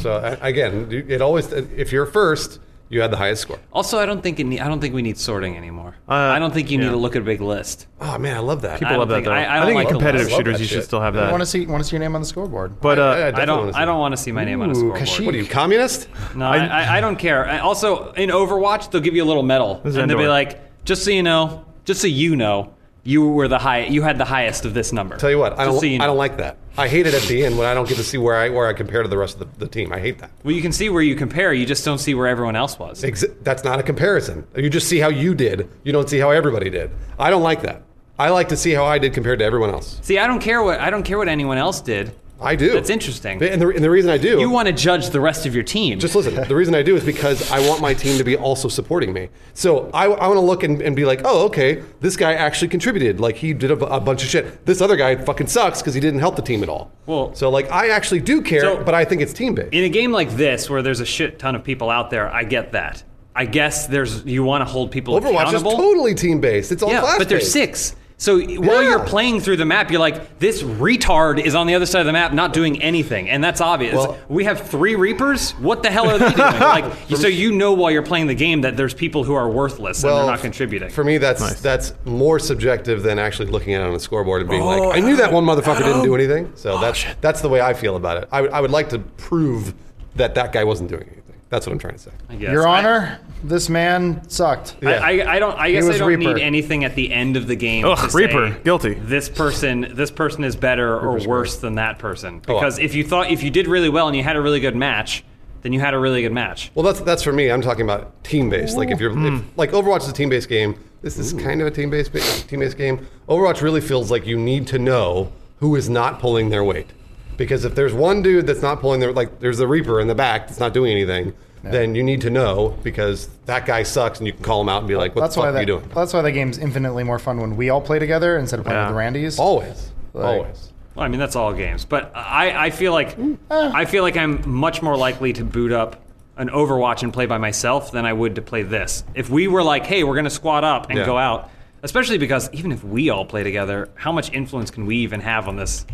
C: so a- again, you- it always if you're first, you had the highest score.
E: Also, I don't think it. Ne- I don't think we need sorting anymore.
B: Uh,
E: I don't think you
B: yeah.
E: need to look at a big list.
C: Oh man, I love that.
B: People
E: I
B: love
E: don't
B: that
E: think-
B: though.
E: I- I don't
B: think in
E: like it.
B: competitive
C: I love
B: shooters
C: that
B: you should
C: shit.
B: still have
A: I want to
B: that.
A: see want to see your name on the scoreboard.
B: But
C: I- I
B: uh,
E: I
C: definitely
E: don't.
C: wanna see
E: I don't
C: that.
E: want to see my name on a
A: Ooh,
E: scoreboard.
A: Kashif.
C: What are you, communist?
E: No, I, I, I don't care. I also, in Overwatch, they'll give you a little medal,
B: This is
E: and they'll be
B: Endor.
E: like, "Just so you know, just so you know, you were the high. You had the highest of this number."
C: Tell you what, I
E: Just
C: don't,
E: so you
C: I
E: know.
C: don't like that. I hate it at the end when I don't get to see where I where I compare to the rest of the, the team. I hate that.
E: Well, you can see where you compare. You just don't see where everyone else was.
C: Ex- that's not a comparison. You just see how you did. You don't see how everybody did. I don't like that. I like to see how I did compared to everyone else.
E: See, I don't care what I don't care what anyone else did.
C: I do.
E: That's interesting.
C: And the, and the reason I do,
E: You want to judge the rest of your team.
C: just listen. The reason I do is because I want my team to be also supporting me. So I, I want to look and, and be like, oh, okay, this guy actually contributed. Like he did a, bu- a bunch of shit. This other guy fucking sucks because he didn't help the team at all.
E: Well-
C: so like I actually do care,
E: So-
C: but I think it's team based.
E: in a game like this where there's a shit ton of people out there. I get that. I guess there's you want to hold people
C: Overwatch is
E: accountable.
C: totally team based. It's all
E: Yeah,
C: class
E: but there's six. So while
C: Yeah.
E: you're playing through the map, you're like, this retard is on the other side of the map not doing anything. And that's obvious.
C: Well-
E: we have three Reapers? What the hell are they doing? like, so you know while you're playing the game that there's people who are worthless and they're not contributing.
C: For me, that's
B: Nice.
C: that's more subjective than actually looking at it on a scoreboard and being
E: Oh,
C: like, I knew that one motherfucker didn't do
E: Adam.
C: anything. So that's that's the way I feel about it. I would I would like to prove that that guy wasn't doing anything. That's what I'm trying to say.
E: I guess.
A: Your
E: I-
A: Honor, this man sucked.
E: I,
C: Yeah.
E: I, I don't. I guess I
A: was
E: don't
A: Reaper.
E: need anything at the end of the game.
B: Ugh,
E: to say,
B: Reaper, guilty.
E: This person, this person is better or worse than that person.
C: Oh, I-
E: Because if you thought if you did really well and you had a really good match, then you had a really good match.
C: Well, that's that's for me. I'm talking about team based. Like if you're if, like Overwatch is a team based game. This is kind of a team based team based game. Overwatch really feels like you need to know who is not pulling their weight, because if there's one dude that's not pulling their like there's the Reaper in the back that's not doing anything, then you need to know because that guy sucks and you can call him out and be like, what
A: That's
C: the
A: why
C: fuck
A: that,
C: are you doing?
A: that's why that game's infinitely more fun when we all play together instead of playing
B: Yeah.
A: with the Randys.
C: Always,
A: Like-
C: always.
E: Well, I mean that's all games, but I, I feel like I feel like I'm much more likely to boot up an Overwatch and play by myself than I would to play this. If we were like, hey, we're gonna squad up and
C: Yeah.
E: go out, especially because even if we all play together, how much influence can we even have on this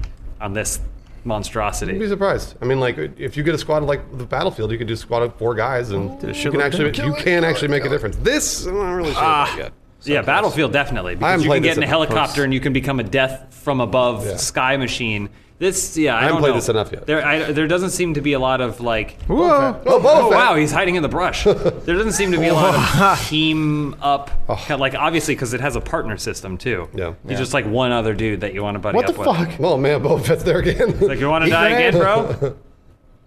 E: on this monstrosity?
C: You'd be surprised. I mean, like if you get a squad like the Battlefield, you could do a squad of four guys and you can
B: shitload
C: actually
B: of
C: you can actually make a difference. This I'm not really sure about yet.
E: yeah, Battlefield definitely. Because
C: haven't
E: you
C: played
E: can get
C: this
E: in a
C: in
E: helicopter
C: person.
E: and you can become a death from above
C: Yeah.
E: sky machine. This, yeah, I,
C: haven't
E: don't
C: played
E: know.
C: this enough yet.
E: There, I, there doesn't seem to be a lot of like.
B: whoa.
C: Oh, Boba
E: Oh
C: Fett.
E: wow, he's hiding in the brush. There doesn't seem to be a lot of team up. kinda Like obviously, because it has a partner system too.
C: Oh. Yeah.
E: You're just like one other dude that you want to buddy
A: What the
E: up with.
A: fuck?
C: Well, man, Boba Fett's there again.
E: Like you want to
A: Eat
E: die
A: grenade.
E: again, bro?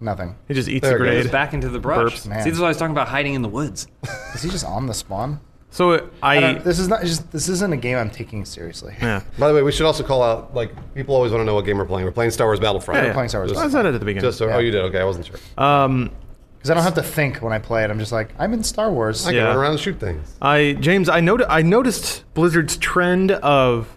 A: Nothing.
B: He just eats
C: There
B: a
C: it goes.
B: grenade.
E: It's back into the brush.
B: Burps.
E: See,
A: Man.
E: this is what I was talking about hiding in the woods.
A: Is he just on the spawn?
B: So uh, I,
A: I don't- this is not just. This isn't a game I'm taking seriously.
B: yeah.
C: By the way, we should also call out like people always want to know what game we're playing. We're playing Star Wars Battlefront.
B: Yeah,
A: playing Star Wars.
B: I said it at the beginning.
C: Just so, oh, you did okay. I wasn't sure.
B: um,
A: Because I don't have to think when I play it. I'm just like, I'm in Star Wars.
C: I
B: yeah.
C: can run around and shoot things.
B: I James, I noti- I noticed Blizzard's trend of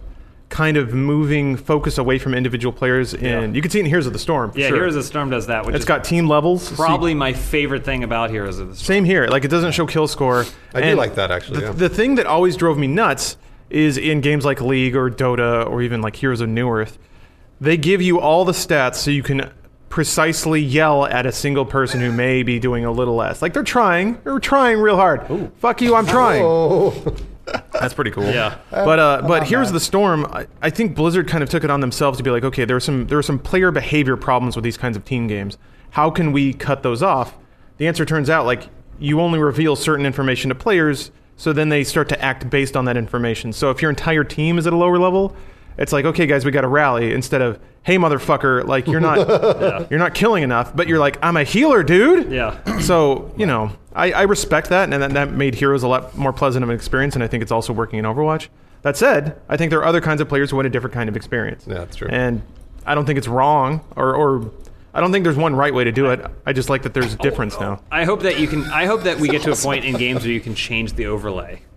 B: kind of moving focus away from individual players, and you can see it in Heroes of the Storm. For
E: Yeah,
B: sure.
E: Heroes of the Storm does that, which
B: It's
E: is
B: got team levels. so you-
E: probably my favorite thing about Heroes of the Storm.
B: Same here. Like it doesn't show kill score.
C: I do
B: And
C: like that, actually,
B: The,
C: yeah.
B: the thing that always drove me nuts is in games like League or Dota or even like Heroes of New Earth, they give you all the stats so you can precisely yell at a single person who may be doing a little less. Like they're trying, they're trying real hard. Fuck you, I'm trying.
C: Oh,
B: That's pretty cool.
E: Yeah.
B: But uh, but here's the storm. I, I think Blizzard kind of took it on themselves to be like, okay, there are some there are some player behavior problems with these kinds of team games. How can we cut those off? The answer turns out like you only reveal certain information to players, so then they start to act based on that information. So if your entire team is at a lower level, it's like, okay, guys, we got to rally instead of, hey, motherfucker, like you're not, you're not killing enough, but you're like, I'm a healer, dude.
E: Yeah.
B: So you know, I, I respect that, and that, that made Heroes a lot more pleasant of an experience, and I think it's also working in Overwatch. That said, I think there are other kinds of players who want a different kind of experience.
C: Yeah, that's true.
B: And I don't think it's wrong, or, or I don't think there's one right way to do it. I just like that there's a difference now.
E: I hope that you can. I hope that we get to a point in games where you can change the overlay.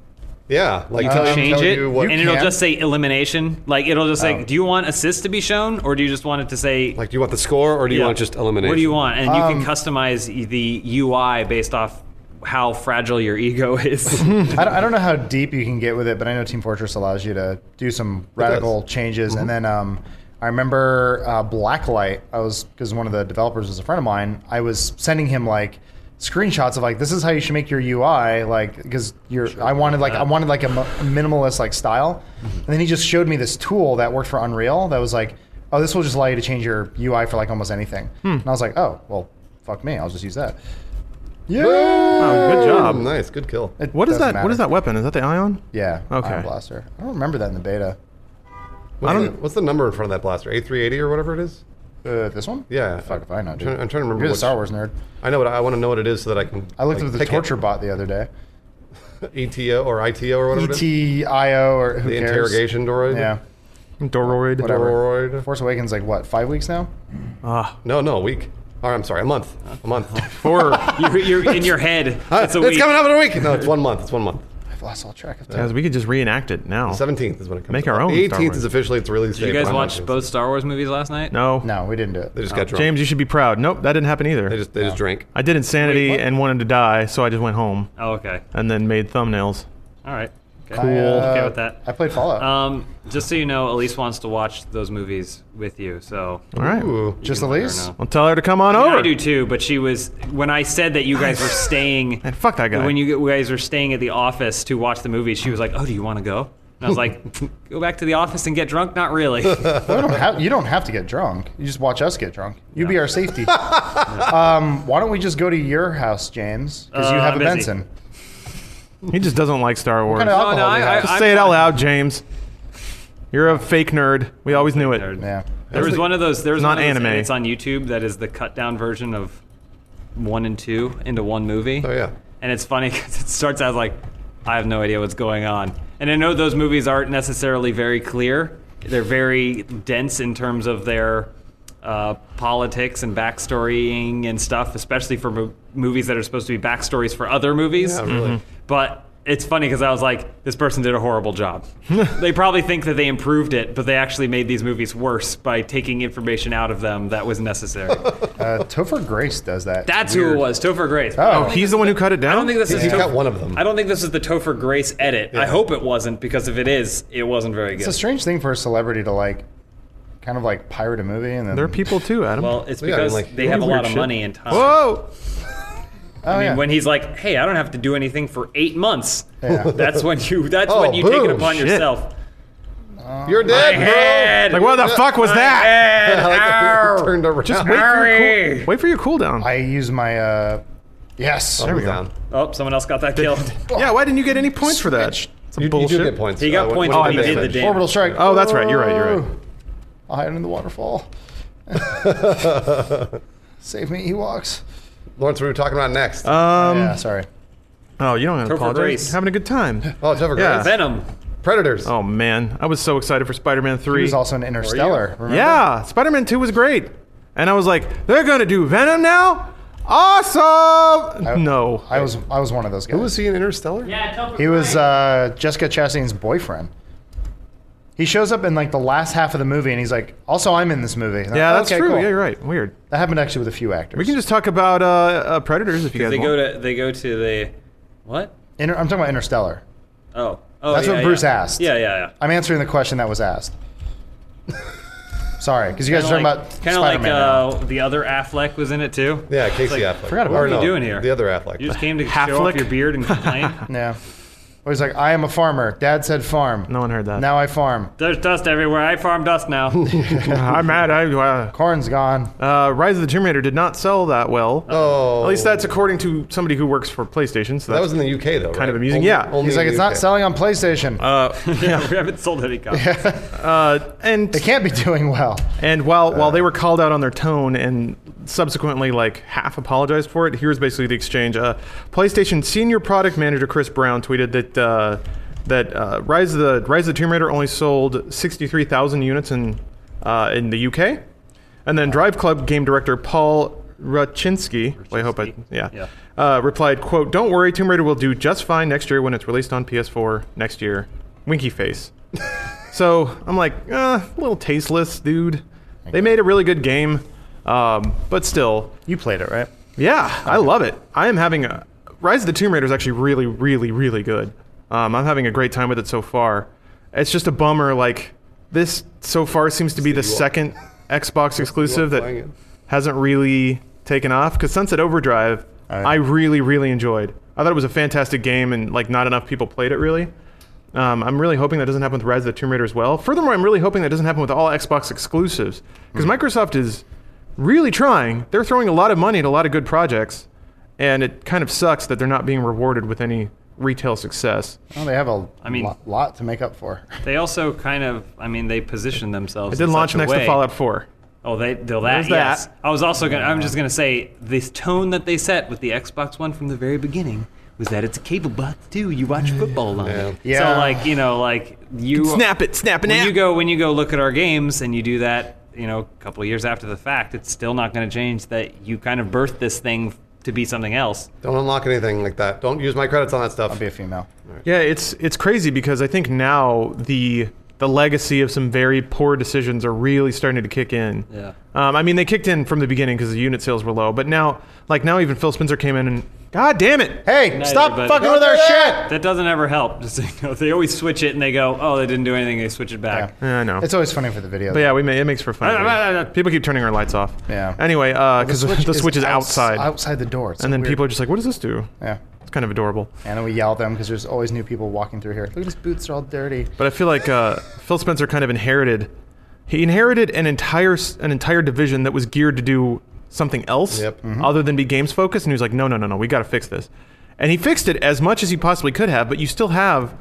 C: Yeah, like
A: can
C: tell you-
E: Uh, Change
C: Um, tell
E: it,
C: you what,
E: and it'll
A: can.
E: just say elimination. Like it'll just say,
A: Oh.
E: do you want assists to be shown, or do you just want it to say
C: like do you want the score or do you
E: Yeah.
C: want just elimination?
E: What do you want? And you can customize y- the UI based off how fragile your ego is.
A: I don't, I don't know how deep you can get with it, but I know Team Fortress allows you to do some radical changes.
B: Mm-hmm.
A: And then um, I remember uh, Blacklight. I was because one of the developers was a friend of mine. I was sending him like screenshots of like this is how you should make your UI like because you're I wanted like I wanted like a mo- minimalist like style,
B: Mm-hmm.
A: and then he just showed me this tool that worked for Unreal that was like oh this will just allow you to change your UI for like almost anything.
B: Hmm.
A: And I was like oh well fuck me I'll just use that. Yeah.
B: Oh, good job.
C: Mm, nice, good kill.
A: It
B: What is
A: doesn't
B: that? What is
A: matter.
B: that weapon? Is that the ion?
A: Yeah.
B: Okay.
A: Ion Blaster. I don't remember that in the beta.
C: What's,
B: I
C: the,
B: don't-
C: what's the number in front of that blaster? A three eighty or whatever it is.
A: Uh, this one?
C: Yeah.
A: Fuck if I know.
C: I'm
A: Dude.
C: trying- I'm trying to remember
A: You're the
C: which-
A: Star Wars nerd.
C: I know what I want to know what it is so that I can.
A: I looked
C: like,
A: up the
C: pick
A: torture
C: it.
A: bot the other day.
C: ETO or ITO or
A: E
C: whatever. it is?
A: ETIO or who
C: The
A: cares?
C: interrogation droid.
A: Yeah.
B: Doroid.
A: Whatever.
C: Droid.
A: Force Awakens like what? Five weeks now?
B: Ah,
C: No, no, week. Or I'm sorry, a month. A month.
B: four.
E: you're, you're in your head. It's a
C: it's
E: week.
C: coming up in a week. No, it's one month. It's one month.
A: I've lost all track of time.
B: Guys, we could just reenact it now.
C: Seventeenth is when it comes.
B: Make
C: out.
B: our own
C: The
B: Star
C: eighteenth
B: Wars.
C: is officially its release date.
E: Did you guys
C: for
E: watch
C: iTunes.
E: both Star Wars movies last night?
B: No.
A: No, we didn't do it.
C: They just got drunk.
B: Oh, James, Oh. you should be proud. Nope, that didn't happen either.
C: They just they just drank.
B: I did insanity
E: Wait, what?
B: and wanted to die, so I just went home
E: Oh, okay.
B: and then made thumbnails.
E: All right. Okay.
A: I, uh,
E: okay with that.
A: I played Fallout.
E: Um, just so you know, Elise wants to watch those movies with you. So
B: All right.
C: Ooh.
A: Just
E: let her
A: Elise?
E: know.
B: I'll tell her to come on over.
E: I do too, but she was when I said that you guys were staying.
B: Man, fuck that guy.
E: When you guys were staying at the office to watch the movie, she was like, "Oh, do you want to go?" And I was like, "Go back to the office and get drunk." Not really.
A: Well, we don't have, you don't have to get drunk. You just watch us get drunk. You be our safety. um, why don't we just go to your house, James? Because you
E: Uh,
A: have a
E: I'm busy.
A: Benson.
B: he just doesn't like Star Wars.
A: kind of alcohol do you
E: I-
A: have?
E: I-
B: Just
E: I'm
B: say it out
E: fine.
B: loud, James. You're a fake nerd. We always knew it.
A: yeah.
E: There was one of those. There was
B: Not
E: one of those, and
B: anime.
E: It's on YouTube. That is the cut down version of one and two into one movie.
C: Oh yeah.
E: And it's funny because it starts out like, I have no idea what's going on. And I know those movies aren't necessarily very clear. They're very dense in terms of their uh, politics and backstorying and stuff, especially for mo- movies that are supposed to be backstories for other movies.
C: Yeah, really. Mhm.
E: But it's funny because I was like, this person did a horrible job. they probably think that they improved it, but they actually made these movies worse by taking information out of them that was necessary.
A: Uh, Topher Grace does that.
E: That's who it was, Topher Grace.
A: Oh,
B: He's the one who cut it down?
E: I don't think this is
C: He
E: Topher-
C: got one of them.
E: I don't think this is the Topher Grace edit. I hope it wasn't because if it is, it wasn't very good.
A: It's a strange thing for a celebrity to like, kind of like pirate a movie and then
B: there are people too, Adam.
E: well, it's
C: Yeah, I mean,
E: because
C: like,
E: they have a
B: weird
E: lot of
B: shit.
E: money and time.
B: Whoa!
A: Oh,
E: I mean,
A: yeah.
E: when he's like, "Hey, I don't have to do anything for eight months,"
A: Yeah.
E: that's when you that's
C: Oh,
E: when you take it
C: boom,
E: upon
B: shit.
E: yourself.
C: You're
E: My
C: dead, bro.
E: head,
B: Like, what the fuck was
E: my
B: that?
E: head,
C: I like that
E: ow.
C: we turned around. Just
B: Wait for, your
E: Hurry.
B: cool, wait for your cooldown.
A: I use my uh, yes.
C: There we
B: go.
C: down.
E: Oh, someone else got that kill.
B: yeah, why didn't you get any points for that?
A: Switch.
B: It's a
C: You, you
B: bullshit.
C: do get points.
E: He
C: Uh,
E: got
C: when-
E: points
C: when
B: when
C: you
B: he
C: get
B: did
E: the
C: damage.
E: damage.
A: Orbital strike.
B: Oh, that's right. You're right. You're right.
A: I'll hide in the waterfall. Save me, Ewoks.
C: Lawrence, what are we talking about next?
B: Um,
A: yeah, sorry.
B: Oh, you don't have to
E: Topher
B: apologize.
E: Grace.
B: Having a good time.
C: oh, Topher
B: yeah.
C: Grace.
E: Venom.
C: Predators.
B: Oh man, I was so excited for Spider-Man
A: He
B: Three.
A: was also an Interstellar. Remember?
B: yeah, Spider-Man Two was great, and I was like, they're gonna do Venom now. Awesome. no,
A: I was I was one of those guys.
C: Who was he in Interstellar?
D: Yeah, Topher
A: He was
D: Grace.
A: uh, Jessica Chastain's boyfriend. He shows up in like the last half of the movie, and he's like, "Also, I'm in this movie." And I'm
B: yeah,
A: like,
B: that's
A: okay,
B: true.
A: cool.
B: Yeah, you're right. Weird.
A: That happened actually with a few actors.
B: We can just talk about uh, uh, Predators if you guys
E: They
B: want.
E: go to they go to the what?
A: Inter- I'm talking about Interstellar.
E: Oh, oh,
A: That's what
E: yeah,
A: Bruce
E: yeah.
A: asked.
E: Yeah, yeah, yeah.
A: I'm answering the question that was asked. Sorry, because you guys are talking about
E: kind of
A: Spider-Man.
E: like
A: now.
E: uh, the other Affleck was in it too.
C: Yeah, Casey
E: like,
C: Affleck.
A: forgot about
C: Or
E: What are you
C: no,
E: doing here?
C: The other Affleck.
E: You just came to show
B: Halflick?
E: off your beard and complain.
A: yeah. Where he's like, I am a farmer. Dad said farm.
B: No one heard that.
A: Now I farm.
E: There's dust everywhere. I farm dust now.
B: I'm mad. I,
A: Corn's gone.
B: uh, uh, Rise of the Terminator did not sell that well.
C: Oh,
B: At least that's according to somebody who works for PlayStation. So
C: that
B: that's,
C: was in the UK though. right?
B: of amusing,
C: Only-
B: yeah.
C: only
A: He's
C: in
A: like,
C: the
A: it's not
C: UK.
A: selling on PlayStation.
E: we haven't sold any copies.
B: uh, and
A: it can't be doing well.
B: and while while they were called out on their tone and subsequently like half apologized for it, here's basically the exchange. Uh, PlayStation senior product manager Chris Brown tweeted that. Uh, that uh, Rise of the Rise of the Tomb Raider only sold 63,000 units in uh, in the UK, and then Drive Club game director Paul Ruchinsky, I hope I yeah,
E: Yeah.
B: Uh, replied quote Don't worry, Tomb Raider will do just fine next year when it's released on PS4 next year. Winky face. So I'm like, uh, a little tasteless, dude. They made a really good game, um, but still,
A: You played it, right?
B: yeah, I love it. I am having a Rise of the Tomb Raider is actually really, really, really good. Um, I'm having a great time with it so far. It's just a bummer, like this so far seems to be the second Xbox exclusive
C: playing
B: that
C: it.
B: hasn't really taken off. Because Sunset Overdrive, I really, really enjoyed. I thought it was a fantastic game, and like not enough people played it really. Um, I'm really hoping that doesn't happen with Rise of the Tomb Raider as well. Furthermore, I'm really hoping that doesn't happen with all Xbox exclusives
E: Hmm.
B: because Microsoft is really trying. They're throwing a lot of money at a lot of good projects, and it kind of sucks that they're not being rewarded with any retail success.
A: Well, they have a I
E: mean-
A: lot, lot to make up for.
E: They also kind of, I mean, they position themselves.
B: It did
E: in
B: launch
E: such a
B: next to
E: way-
B: Fallout 4.
E: Oh, they do
B: There's that.
E: that. Yes. I was also gonna. I'm just gonna say this tone that they set with the Xbox One from the very beginning was that it's a cable box too. You watch football on it.
A: Yeah.
E: So like you know like you
B: Snap it, snap it
E: when
B: now.
E: you go when you go look at our games and you do that you know a couple of years after the fact it's still not going to change that you kind of birthed this thing to be something else
C: Don't unlock anything like that. Don't use my credits on that stuff.
A: I'll be a female.
B: Yeah, it's it's crazy because I think now the the legacy of some very poor decisions are really starting to kick in.
E: Yeah.
B: Um, I mean, they kicked in from the beginning because the unit sales were low, but now, like now, even Phil Spencer came in and, God damn it!
A: Hey,
E: Night,
A: stop
E: everybody.
A: fucking
E: Don't
A: with
C: do
A: our
C: that!
A: shit!
E: that doesn't ever help just you know, they always switch it and they go oh they didn't do anything they switch it back
B: Yeah, I know.
A: It's always funny for the video.
B: but yeah, we may, it makes for fun. People keep turning our lights off.
A: Yeah.
B: Anyway, because the, switch is
A: outs-
B: outside,
A: Outside the door.
B: and then people are just like, "What does this do?"
A: Yeah.
B: It's kind of adorable.
A: And then we yell at them because there's always new people walking through here. Look at his boots, they're all dirty.
B: But I feel like uh, Phil Spencer kind of inherited. He inherited an entire s- an entire division that was geared to do something else
C: Yep. Mhm.
B: other than be games focused, and he was like, "No, no, no, no, we got to fix this." And he fixed it as much as he possibly could have, but you still have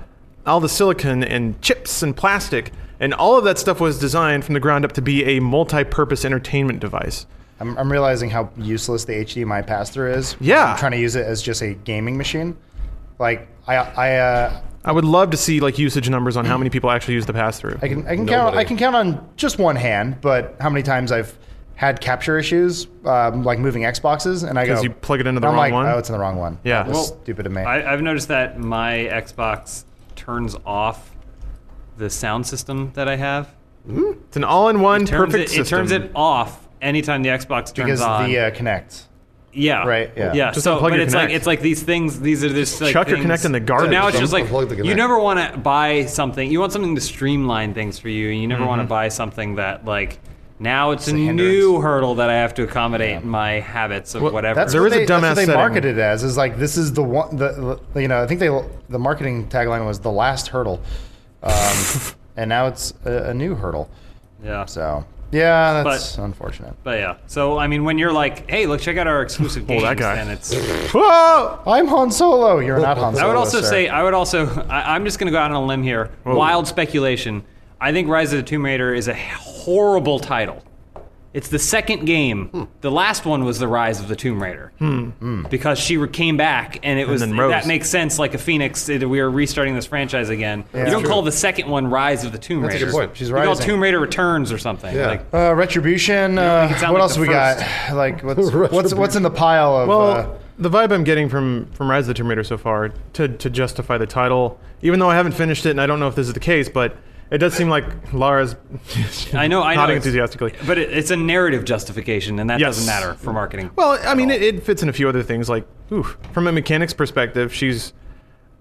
B: all the silicon and chips and plastic, and all of that stuff was designed from the ground up to be a multi-purpose entertainment device.
A: I'm, I'm realizing how useless the HDMI pass through is.
B: Yeah.
A: I'm trying to use it as just a gaming machine. Like, I, I, uh,
B: I would love to see like usage numbers on how many people actually use the pass through.
A: I can I can count
C: Nobody.
A: I can count on just one hand, but how many times I've had capture issues, um, like moving Xboxes, and I go
B: 'Cause you plug it into the
A: I'm
B: wrong
A: like,
B: one?
A: Oh, it's in the wrong one.
B: Yeah.
A: That was stupid of me.
E: I, I've noticed that my Xbox turns off the sound system that I have.
B: It's an all-in-one
E: Turns
B: perfect
E: it, it
B: system.
E: turns it off anytime the Xbox turns
A: because
E: on.
A: the uh, Connect.
E: yeah,
A: right, yeah.
B: Just
E: so,
B: unplug
E: but
B: your
E: it's
B: Kinect.
E: like it's like these things. These are just like
B: chuck your
E: things-
B: Kinect in the garbage.
E: So now it's just like
C: Unplug the
E: you
C: Kinect.
E: never want to buy something. You want something to streamline things for you, and you never want
B: Mm-hmm.
E: to buy something that like. Now it's, a,
A: hindrance.
E: new hurdle that I have to accommodate my habits of whatever.
A: That's
B: There
A: what
B: is a
A: they, that's
B: dumbass
A: what they
B: setting.
A: marketed it as is like this is the one the the- you know I think they the marketing tagline was the last hurdle, um, and now it's a, a new hurdle.
E: yeah.
A: So yeah, that's
E: But-
A: unfortunate.
E: But yeah, so I mean, when you're like, "Hey, look, check out our exclusive games,"
B: that guy.
E: then it's
B: Whoa!
A: I'm Han Solo. You're not Han Solo.
E: I would also
A: sir.
E: say, I would also, I, I'm just going to go out on a limb here. Wild speculation. I think Rise of the Tomb Raider is a horrible title. It's the second game. The last one was the Rise of the Tomb Raider because she re- came back, and it was
B: then rose.
E: that makes sense. Like a phoenix, it- we are restarting this franchise again. you don't
C: true.
E: call the second one Rise of the Tomb
C: That's a
E: Raider.
C: good point.
A: She's
E: you call it
A: rising.
E: Tomb Raider Returns or something.
C: Yeah.
E: Like,
A: Uh, retribution. Uh,
E: make it
A: what
E: sound like
A: else
E: the
A: we got? Like what's what's what's in the pile of?
B: Well,
A: uh,
B: the vibe I'm getting from from Rise of the Tomb Raider so far to to justify the title, even though I haven't finished it and I don't know if this is the case, but it does seem like Lara's
E: I know, I know,
B: nodding
E: it's-
B: enthusiastically.
E: but it, it's a narrative justification, and that
B: Yes.
E: doesn't matter for marketing.
B: Well, I mean, it, it fits in a few other things. Like, oof, from a mechanics perspective, she's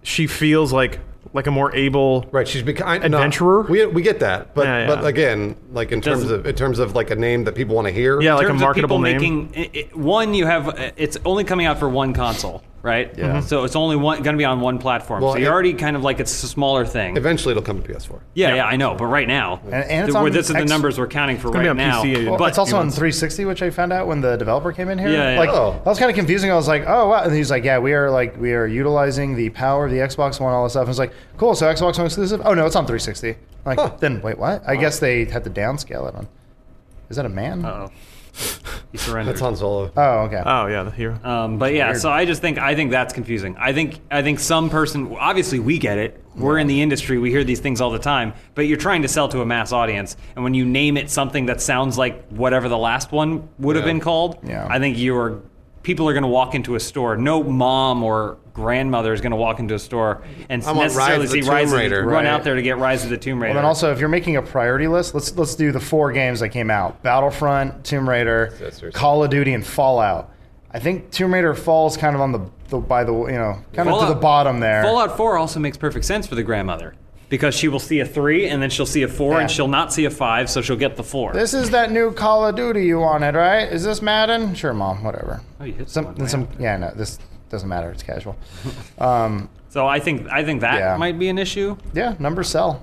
B: she feels like like a more able
C: Right, she's becoming
B: Adventurer?
C: we, we get that, but
B: Yeah,
C: but
B: yeah.
C: again, like in terms
E: Doesn't-
C: of in terms of like a name that people want to hear.
B: yeah, like a
E: terms of
B: marketable
E: people
B: name.
E: uh, Making, i i one, you have it's only coming out for one console. right? Mm-hmm.
A: Yeah. Mhm.
E: So it's only one going to be on one platform.
C: Well,
E: so you're
C: it-
E: already kind of like it's a smaller thing.
C: Eventually, it'll come to PS4.
E: yeah, yeah, I know. But right now,
A: And- and it's
E: the-
A: on
E: this is the
A: X-
E: numbers we're counting for
B: gonna
E: right
B: be on
E: now.
B: PC, yeah.
A: Well,
E: but
A: it's also on
B: wants-
A: 360, which I found out when the developer came in here.
E: Yeah, yeah.
A: Like
C: Oh.
A: that was kind of confusing. I was like, oh wow, and he's like, yeah, we are like we are utilizing the power of the Xbox One, all this stuff. And it's like, cool, so Xbox One exclusive? Oh no, it's on 360. Like
C: Huh.
A: then wait, what? I guess they had to downscale it on. Is that a man?
E: Uh-oh. He surrendered.
C: That's Han Solo.
A: Oh okay.
B: Oh yeah, the hero.
E: Um, but yeah, so I just think I think that's confusing. I think I think some person obviously we get it. We're in the industry, we hear these things all the time. But you're trying to sell to a mass audience, and when you name it something that sounds like whatever the last one would have
C: Yeah.
E: been called,
A: Yeah.
E: I think you are people are going to walk into a store. No mom or grandmother is going to walk into a store and
C: I want
E: necessarily
C: Rise of the
E: see Rise
C: Tomb
E: of the,
C: Raider.
E: run
A: Right.
E: out there to get Rise of the Tomb Raider.
A: Well, then also, if you're making a priority list, let's let's do the four games that came out: Battlefront, Tomb Raider,
C: That's seriously-
A: Call of Duty, and Fallout. I think Tomb Raider falls kind of on the, the by the you know kind of to the
E: Fallout-
A: bottom there.
E: Fallout 4 also makes perfect sense for the grandmother because she will see a 3 and then she'll see a 4
A: Yeah.
E: and she'll not see a 5 so she'll get the 4.
A: This is that new Call of Duty you wanted, right? Is this Madden? Sure, mom. Whatever.
E: Oh, you hit
A: some,
E: someone,
A: then some. Yeah, no. This doesn't matter. It's casual. Um,
E: so I think I think that
A: Yeah.
E: might be an issue.
A: yeah, numbers sell.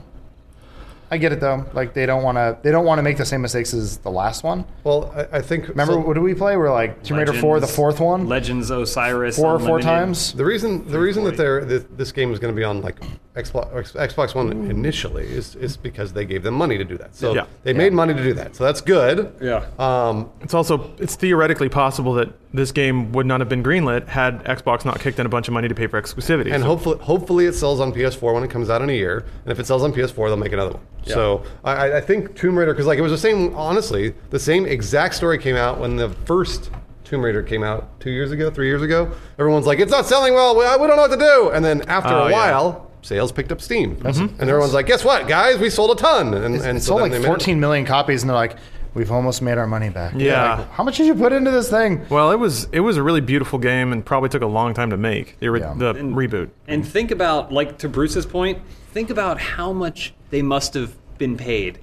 A: I get it though. Like they don't want to. They don't want to make the same mistakes as the last one.
C: Well, I, I think.
A: Remember
C: so
A: what did we play? We're like Tomb Raider Four, the
E: Legends-
A: fourth one,
E: Legends Osiris
A: four or four
E: Unlimited.
A: times.
C: the reason the reason that they're that this game is going to be on like Xbox Xbox One initially is is because they gave them money to do that. So
B: Yeah.
C: they made money to do that. So that's good.
E: Yeah.
C: Um,
B: It's also it's theoretically possible that this game would not have been greenlit had Xbox not kicked in a bunch of money to pay for exclusivity.
C: and
B: So-
C: hopefully, hopefully it sells on PS4 when it comes out in a year. And if it sells on PS4, they'll make another one. So I, I- I think Tomb Raider, because like it was the same. Honestly, the same exact story came out when the first Tomb Raider came out two years ago, three years ago. Everyone's like, it's not selling well. We, we don't know what to do. And then after
B: Oh,
C: a
B: yeah.
C: while, sales picked up steam, and everyone's like, guess what, guys, we sold a ton. And, and
A: It
C: so
A: sold
C: then
A: like
C: they made-
A: 14 million copies, and they're like, we've almost made our money back.
B: Yeah.
A: Like, How much did you put into this thing?
B: well, it was it was a really beautiful game and probably took a long time to make the, ori-
A: Yeah.
B: the reboot.
E: And think about like to Bruce's point, think about how much they must have been paid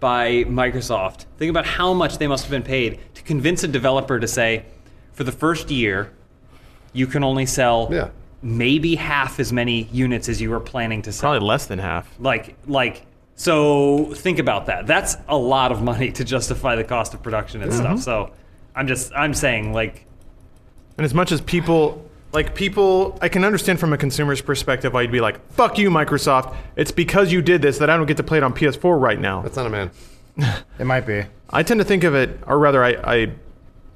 E: by Microsoft. Think about how much they must have been paid to convince a developer to say for the first year you can only sell
C: Yeah.
E: maybe half as many units as you were planning to sell.
B: Probably less than half.
E: Like like so think about that. That's a lot of money to justify the cost of production and stuff. So I'm just I'm saying like
B: And as much as people like people, I can understand from a consumer's perspective why you'd be like, "Fuck you, Microsoft! It's because you did this that I don't get to play it on PS4 right now."
C: That's not a man.
A: It might be.
B: I tend to think of it, or rather, I, I,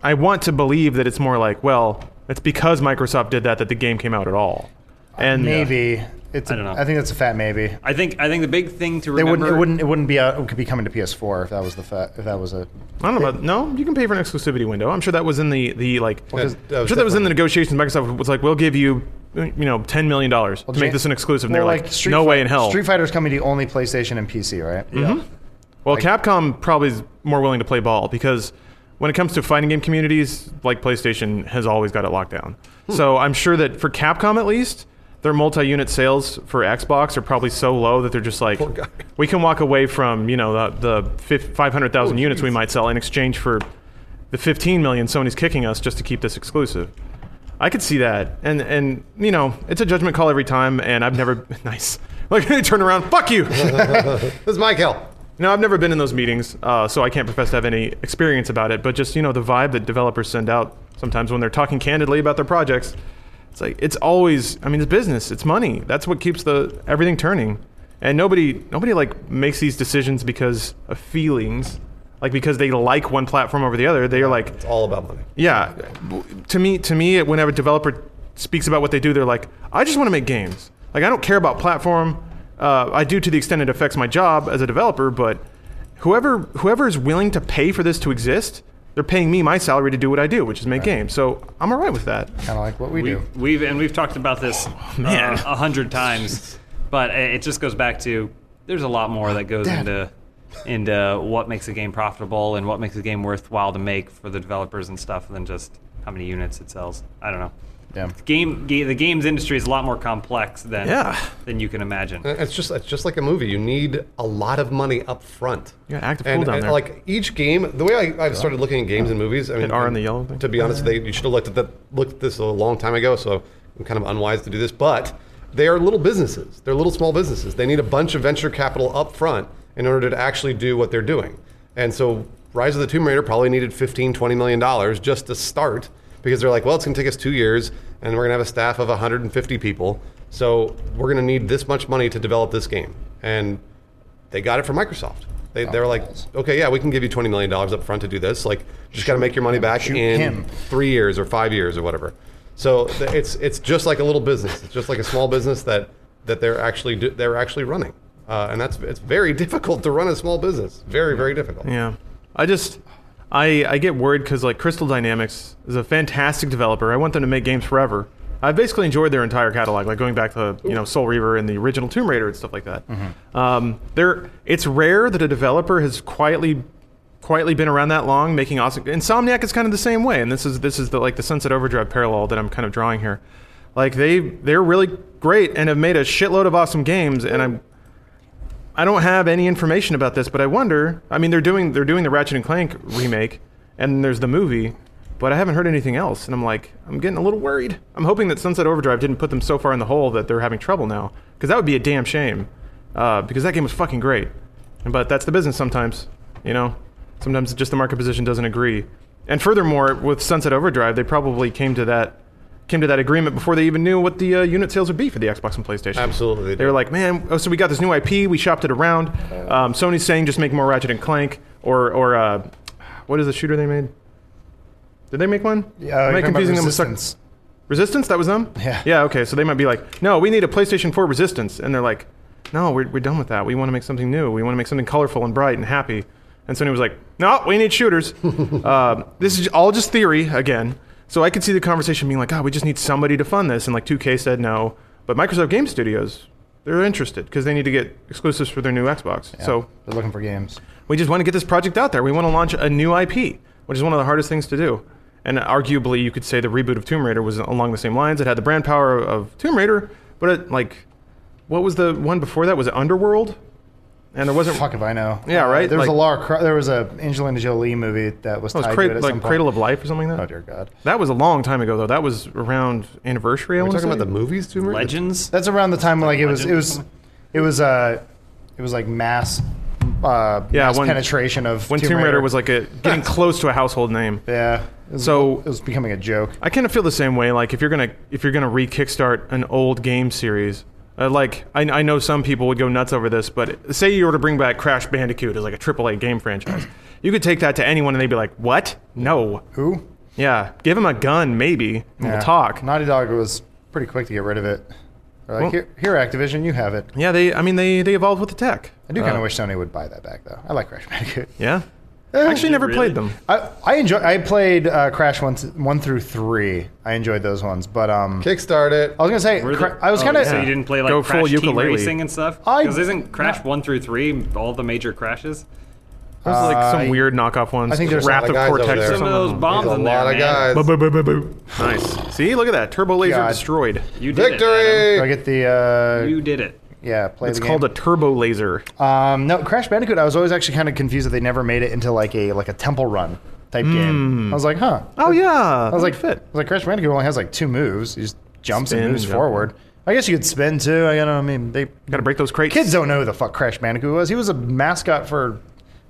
B: I want to believe that it's more like, well, it's because Microsoft did that that the game came out at all. And
A: Maybe. It's. a-
E: I don't know.
A: I think that's a fat maybe.
E: I think I think the big thing to
A: They
E: remember
A: wouldn't. It wouldn't. It wouldn't be. A, it could be coming to PS4 if that was the fat. If that was a.
B: I don't know about no. You can pay for an exclusivity window. I'm sure that was in the the like.
C: That- that
B: I'm
C: was
B: sure that was in the
C: definitely-
B: negotiations. Microsoft was like, we'll give you, you know, ten million dollars to make
A: Jan-
B: this an exclusive. And
A: Well,
B: they're like, no
A: Fi-
B: way in hell. Mm-hmm.
A: Street Fighter's coming to only PlayStation and PC, right? Yeah.
B: Well, Capcom probably is more willing to play ball because when it comes to fighting game communities, like PlayStation has always got it locked down.
C: Hmm.
B: So I'm sure that for Capcom at least, their multi-unit sales for Xbox are probably so low that they're just like,
C: guy.
B: we can walk away from you know the the fif- 500,000
C: Oh,
B: units we
C: jeez.
B: might sell in exchange for the 15 million Sony's kicking us just to keep this exclusive. I could see that, and and you know it's a judgment call every time, and I've never nice. Like they turn around, fuck you.
C: This is Mike Hill.
B: No, I've never been in those meetings, uh, so I can't profess to have any experience about it. But just you know, the vibe that developers send out sometimes when they're talking candidly about their projects, it's like it's always. I mean, it's business. It's money. That's what keeps the everything turning. And nobody, nobody like makes these decisions because of feelings, like because they like one platform over the other. They are like,
C: It's all about money.
B: yeah. W- To me, to me, whenever a developer speaks about what they do, they're like, I just want to make games. Like I don't care about platform. Uh, I do to the extent it affects my job as a developer, but whoever whoever is willing to pay for this to exist, they're paying me my salary to do what I do, which is make games. So I'm all right with that.
A: Kind of like what we, do.
E: We've and we've talked about this
B: Oh, man.
E: uh, a hundred times, but it it just goes back to there's a lot more that goes into into what makes a game profitable and what makes a game worthwhile to make for the developers and stuff than just how many units it sells. I don't know.
A: Yeah.
E: Game, ga- the games industry is a lot more complex than
B: Yeah.
E: than you can imagine.
C: It's just it's just like a movie. You need a lot of money up front.
B: You got active
C: and,
B: cooldown
C: and
B: there.
C: like each game, the way I, I've started looking at games and movies, I mean,
B: R in the yellow thing?
C: To be honest, they you should have looked at that looked at this a long time ago. So I'm kind of unwise to do this, but they are little businesses. They're little small businesses. They need a bunch of venture capital up front in order to actually do what they're doing. And so Rise of the Tomb Raider probably needed 15, 20 million dollars just to start because they're like, well, it's going to take us two years, and we're going to have a staff of 150 people. So we're going to need this much money to develop this game, and they got it from Microsoft. They, they were like, okay, yeah, we can give you $20 million up front to do this. Like, just got to make your money back
A: Shoot
C: in
A: him.
C: three years or five years or whatever. So th- it's it's just like a little business. It's just like a small business that that they're actually do, they're actually running, uh, and that's it's very difficult to run a small business. Very very difficult.
B: Yeah, I just I I get worried because like Crystal Dynamics is a fantastic developer. I want them to make games forever. I've basically enjoyed their entire catalog, like going back to you know Soul Reaver and the original Tomb Raider and stuff like that. Um, there, it's rare that a developer has quietly quietly been around that long making awesome insomniac is kind of the same way and this is this is the like the sunset overdrive parallel that i'm kind of drawing here like they they're really great and have made a shitload of awesome games and i'm I don't have any information about this, but I wonder. I mean, they're doing they're doing the Ratchet and Clank remake, and there's the movie, but I haven't heard anything else, and I'm like, I'm getting a little worried. I'm hoping that Sunset Overdrive didn't put them so far in the hole that they're having trouble now, because that would be a damn shame, uh, because that game was fucking great. But that's the business sometimes, you know. Sometimes just the market position doesn't agree. And furthermore, with Sunset Overdrive, they probably came to that came to that agreement before they even knew what the uh, unit sales would be for the Xbox and PlayStation.
C: Absolutely, they
B: They were
C: did.
B: like, man, oh, so we got this new IP, we shopped it around. Um, Sony's saying just make more Ratchet and Clank, or or uh, what is the shooter they made? Did they make one?
A: Yeah,
B: Am I
A: you're talking about
B: confusing them with Suck-
A: Resistance.
B: Resistance? That was them.
A: Yeah.
B: Yeah. Okay. So they might be like, no, we need a PlayStation 4 Resistance, and they're like, no, we're we're done with that. We want to make something new. We want to make something colorful and bright and happy. And Sony was like, no, we need shooters. uh, this is all just theory again. So I could see the conversation being like, God, we just need somebody to fund this, and like 2K said no, but Microsoft Game Studios, they're interested because they need to get exclusives for their new Xbox. So
A: They're looking for games.
B: we just want to get this project out there. We want to launch a new IP, which is one of the hardest things to do. And arguably, you could say the reboot of Tomb Raider was along the same lines. It had the brand power of Tomb Raider, but it, like, what was the one before that? Was it Underworld? And there wasn't.
A: Fuck if I know.
B: Yeah, right?
A: There was a
B: Like-
A: Lara, Cro- there was a Angelina Jolie movie that was
B: it was
A: tied to it
B: Cradle,
A: at
B: like
A: some
B: Cradle
A: point.
B: of Life or something like
A: Oh
B: that.
A: dear God.
B: That was a long time ago, though. That was around anniversary. I
C: We're
B: wanna
C: talking
B: say?
C: about the movies, Tomb Raider?
E: Legends.
A: That's around the time when like it was it
E: Legend.
A: was it was uh it was like mass uh
B: Yeah,
A: mass
B: when-
A: penetration of
B: when Tomb Raider, was like a, getting close to a household name.
A: yeah it was,
B: So
A: it was becoming a joke.
B: I kind of feel the same way. Like if you're gonna if you're gonna re-kickstart an old game series, uh, like I, I know some people would go nuts over this, but say you were to bring back Crash Bandicoot as like a AAA game franchise, you could take that to anyone and they'd be like, "What? No."
A: Who?
B: Yeah, give him a gun, maybe, and
A: Yeah.
B: we'll talk.
A: Naughty Dog was pretty quick to get rid of it. They're like
B: Well-
A: here, here, Activision, you have it.
B: yeah, they. I mean, they they evolved with the tech.
A: I do kind of
B: Uh,
A: wish Sony would buy that back though. I like Crash Bandicoot.
B: Yeah, I actually never
E: really?
B: played them.
A: I, I enjoy. I played uh, Crash one, th- one through three. I enjoyed those ones, but um,
C: Kickstart it.
A: I was gonna say
E: Were
A: Cra-
E: the-
A: I was
E: oh,
A: kind of
E: So you didn't play like
B: Go full
E: Crash Team
B: ukulele.
E: Racing and stuff?
A: I-
E: Because isn't Crash one through three all the major crashes?
B: There's like some
A: Uh, I-
B: weird knockoff ones.
A: I think there's
B: Wrath
C: a
B: of
C: lot of guys over
B: Cortex
C: there.
B: or
E: Some of those
B: something.
E: bombs
C: There's a
E: in there,
C: lot of
E: man.
C: guys.
B: Nice. See, look at that turbo laser
A: God.
B: destroyed.
E: You did It,
A: Do I
C: Victory.
A: get the uh,
E: Adam. You did it.
A: yeah. Play
B: It's
A: the
B: called a
A: game.
B: turbo laser.
A: um, no Crash Bandicoot. I was always actually kind of confused that they never made it into like a like a temple run type game. I was like, huh. I
B: Oh yeah, I
A: was like, fit. I was like, Crash Bandicoot only has like two moves. He just jumps
B: Spin
A: and moves
B: and jump.
A: forward. I guess you could spin too. I don't. know, I mean, they
B: Got to break those crates.
A: kids don't know who the fuck Crash Bandicoot was. He was a mascot for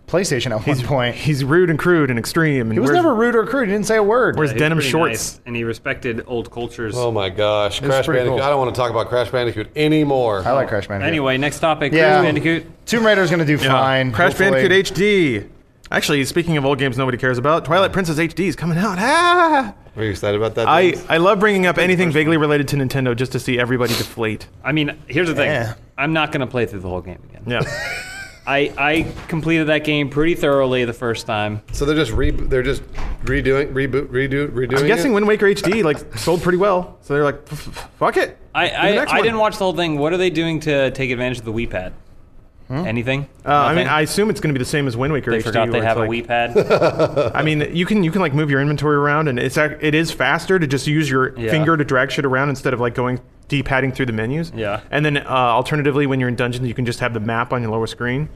A: PlayStation at one point.
B: He's rude and crude and extreme. And
A: He was never rude or crude. He didn't say a word.
B: Where's
E: He was
B: denim
E: pretty
B: shorts?
E: nice, and he respected old cultures.
C: Oh my gosh, Crash
A: pretty
C: Bandicoot!
A: cool.
C: I don't want to talk about Crash Bandicoot anymore.
A: I like Crash Bandicoot.
E: Anyway, next topic.
A: Yeah.
E: Crash Bandicoot.
A: Tomb Raider's gonna do fine.
B: Crash
A: hopefully.
B: Bandicoot HD. Actually, speaking of old games nobody cares about, Twilight Princess HD is coming out. Ah!
C: Are you excited about that?
B: I,
C: Dennis?
B: I love bringing up anything vaguely related to Nintendo just to see everybody deflate.
E: I mean, here's the thing.
A: Yeah.
E: I'm not gonna play through the whole game again.
B: Yeah.
E: I, I completed that game pretty thoroughly the first time.
C: so they're just re- they're just redoing reboot redo redoing.
B: I'm guessing
C: it?
B: Wind Waker HD like sold pretty well, so they're like, "F- f- fuck it.
E: I
B: Do the
E: I,
B: next
E: I
B: one."
E: didn't watch the whole thing. What are they doing to take advantage of the Wii Pad?
A: Hmm?
E: Anything?
B: Uh, I mean, I assume it's going to be the same as Wind Waker.
E: they
B: HD,
E: forgot they
B: where it's
E: have a
B: like-
E: Wii pad.
B: I mean, you can you can like move your inventory around, and it's ac- it is faster to just use your
E: Yeah.
B: finger to drag shit around instead of like going d padding through the menus.
E: Yeah.
B: And then uh, alternatively, when you're in dungeons, you can just have the map on your lower screen.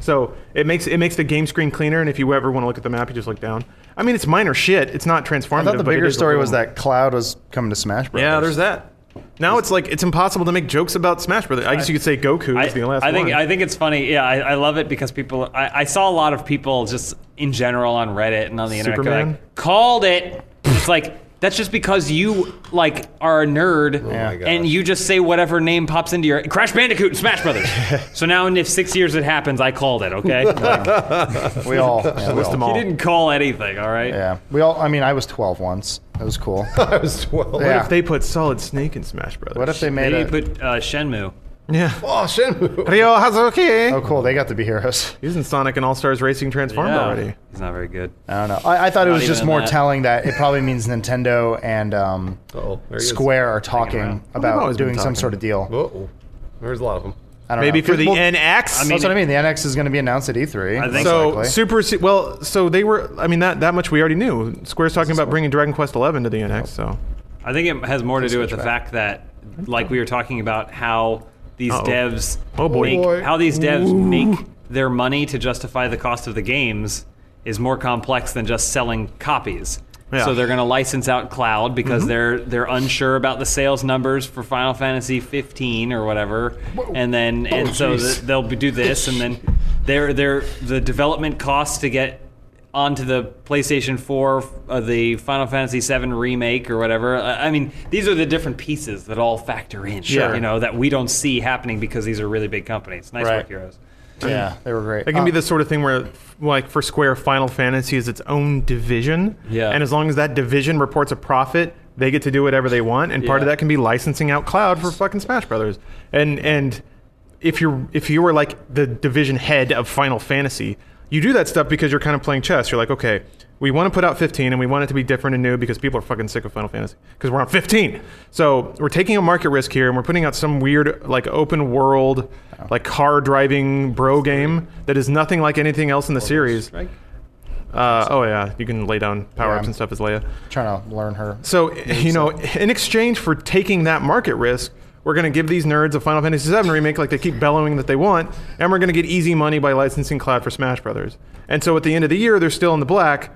B: So it makes it makes the game screen cleaner, and if you ever want to look at the map, you just look down. I mean, it's minor shit. It's not transformative.
A: I thought the
B: but it
A: bigger
B: is a
A: story
B: little-
A: was that Cloud was coming to Smash Bros.
B: Yeah, there's that. Now it's like it's impossible to make jokes about Smash Brothers. I guess you could say Goku
E: I,
B: is the last
E: I think
B: one.
E: I think it's funny. Yeah, I, I love it because people. I, I saw a lot of people just in general on Reddit and on the internet go
B: Superman?
E: like called it. It's like that's just because you like are a
B: Oh
E: nerd
A: my
C: gosh.
E: and you just say whatever name pops into your Crash Bandicoot and Smash Brothers. so now, and if six years it happens, I called it. Okay, Like,
A: we all yeah, we
B: list them
A: all-
B: all.
E: you didn't call anything. All right.
A: Yeah, we all. I mean, I was 12 once. That was cool.
C: I was 12.
A: yeah.
B: If they put Solid Snake in Smash Brothers.
A: what if they made
E: Maybe
A: a?
E: you put uh, Shenmue.
B: Yeah.
C: Oh, Shenmue.
B: Ryo Hazuki.
A: oh, cool. They got to be heroes.
B: He's in Sonic and All Stars Racing Transformed
E: Yeah.
B: already.
E: He's not very good.
A: I don't know. I, I thought it
E: Not
A: was
E: even
A: just
E: in
A: more
E: that.
A: telling that it probably means Nintendo and um,
C: Uh-oh, there he is.
A: Square are talking
E: around.
B: They've
A: about
B: always been
A: doing some
B: talking.
A: sort of deal.
C: Whoa. There's a lot of them.
A: I don't
B: Maybe
A: know.
B: for the
A: Well,
B: NX. I
A: That's what I mean. The NX is going to be announced at E3.
E: I think
A: most
B: so
A: likely.
B: super. Se- well, so they were. I mean, that that much we already knew. Square's talking about bringing Dragon Quest Eleven to the NX. So
E: I think it has more to do with the fact that, like we were talking about, how these
B: Uh-oh.
E: devs
B: Oh, boy.
E: make,
B: Oh,
C: boy.
E: how these devs make their money to justify the cost of the games is more complex than just selling copies.
B: Yeah. Mm-hmm.
E: So they're going to license out cloud because they're they're unsure about the sales numbers for Final Fantasy 15 or whatever, and then and
B: Oh,
E: so
C: jeez.
E: th- they'll be- do this, and then they're, they're, the development costs to get onto the PlayStation 4, uh, the Final Fantasy 7 remake or whatever. I, I mean, these are the different pieces that all factor in.
B: Sure.
E: You know that we don't see happening because these are really big companies. Nice
A: Right.
E: work, heroes.
A: Yeah, they were great.
B: it can
A: Uh,
B: be the sort of thing where, like for Square, Final Fantasy is its own division.
E: Yeah.
B: And as long as that division reports a profit, they get to do whatever they want. And part of
E: Yeah.
B: that can be licensing out Cloud for fucking Smash Brothers. And and if you're if you were like the division head of Final Fantasy, you do that stuff because you're kind of playing chess. You're like, okay, we want to put out 15 and we want it to be different and new because people are fucking sick of Final Fantasy because we're on 15. So we're taking a market risk here and we're putting out some weird like open world like car driving bro game that is nothing like anything else in the series.
E: Right?
B: Uh, oh yeah, you can lay down power ups
A: Yeah.
B: and stuff as Leia.
A: trying to learn her.
B: So you know, in exchange for taking that market risk, we're going to give these nerds a Final Fantasy VII remake, like they keep bellowing that they want, and we're going to get easy money by licensing Cloud for Smash Brothers. And so at the end of the year, they're still in the black,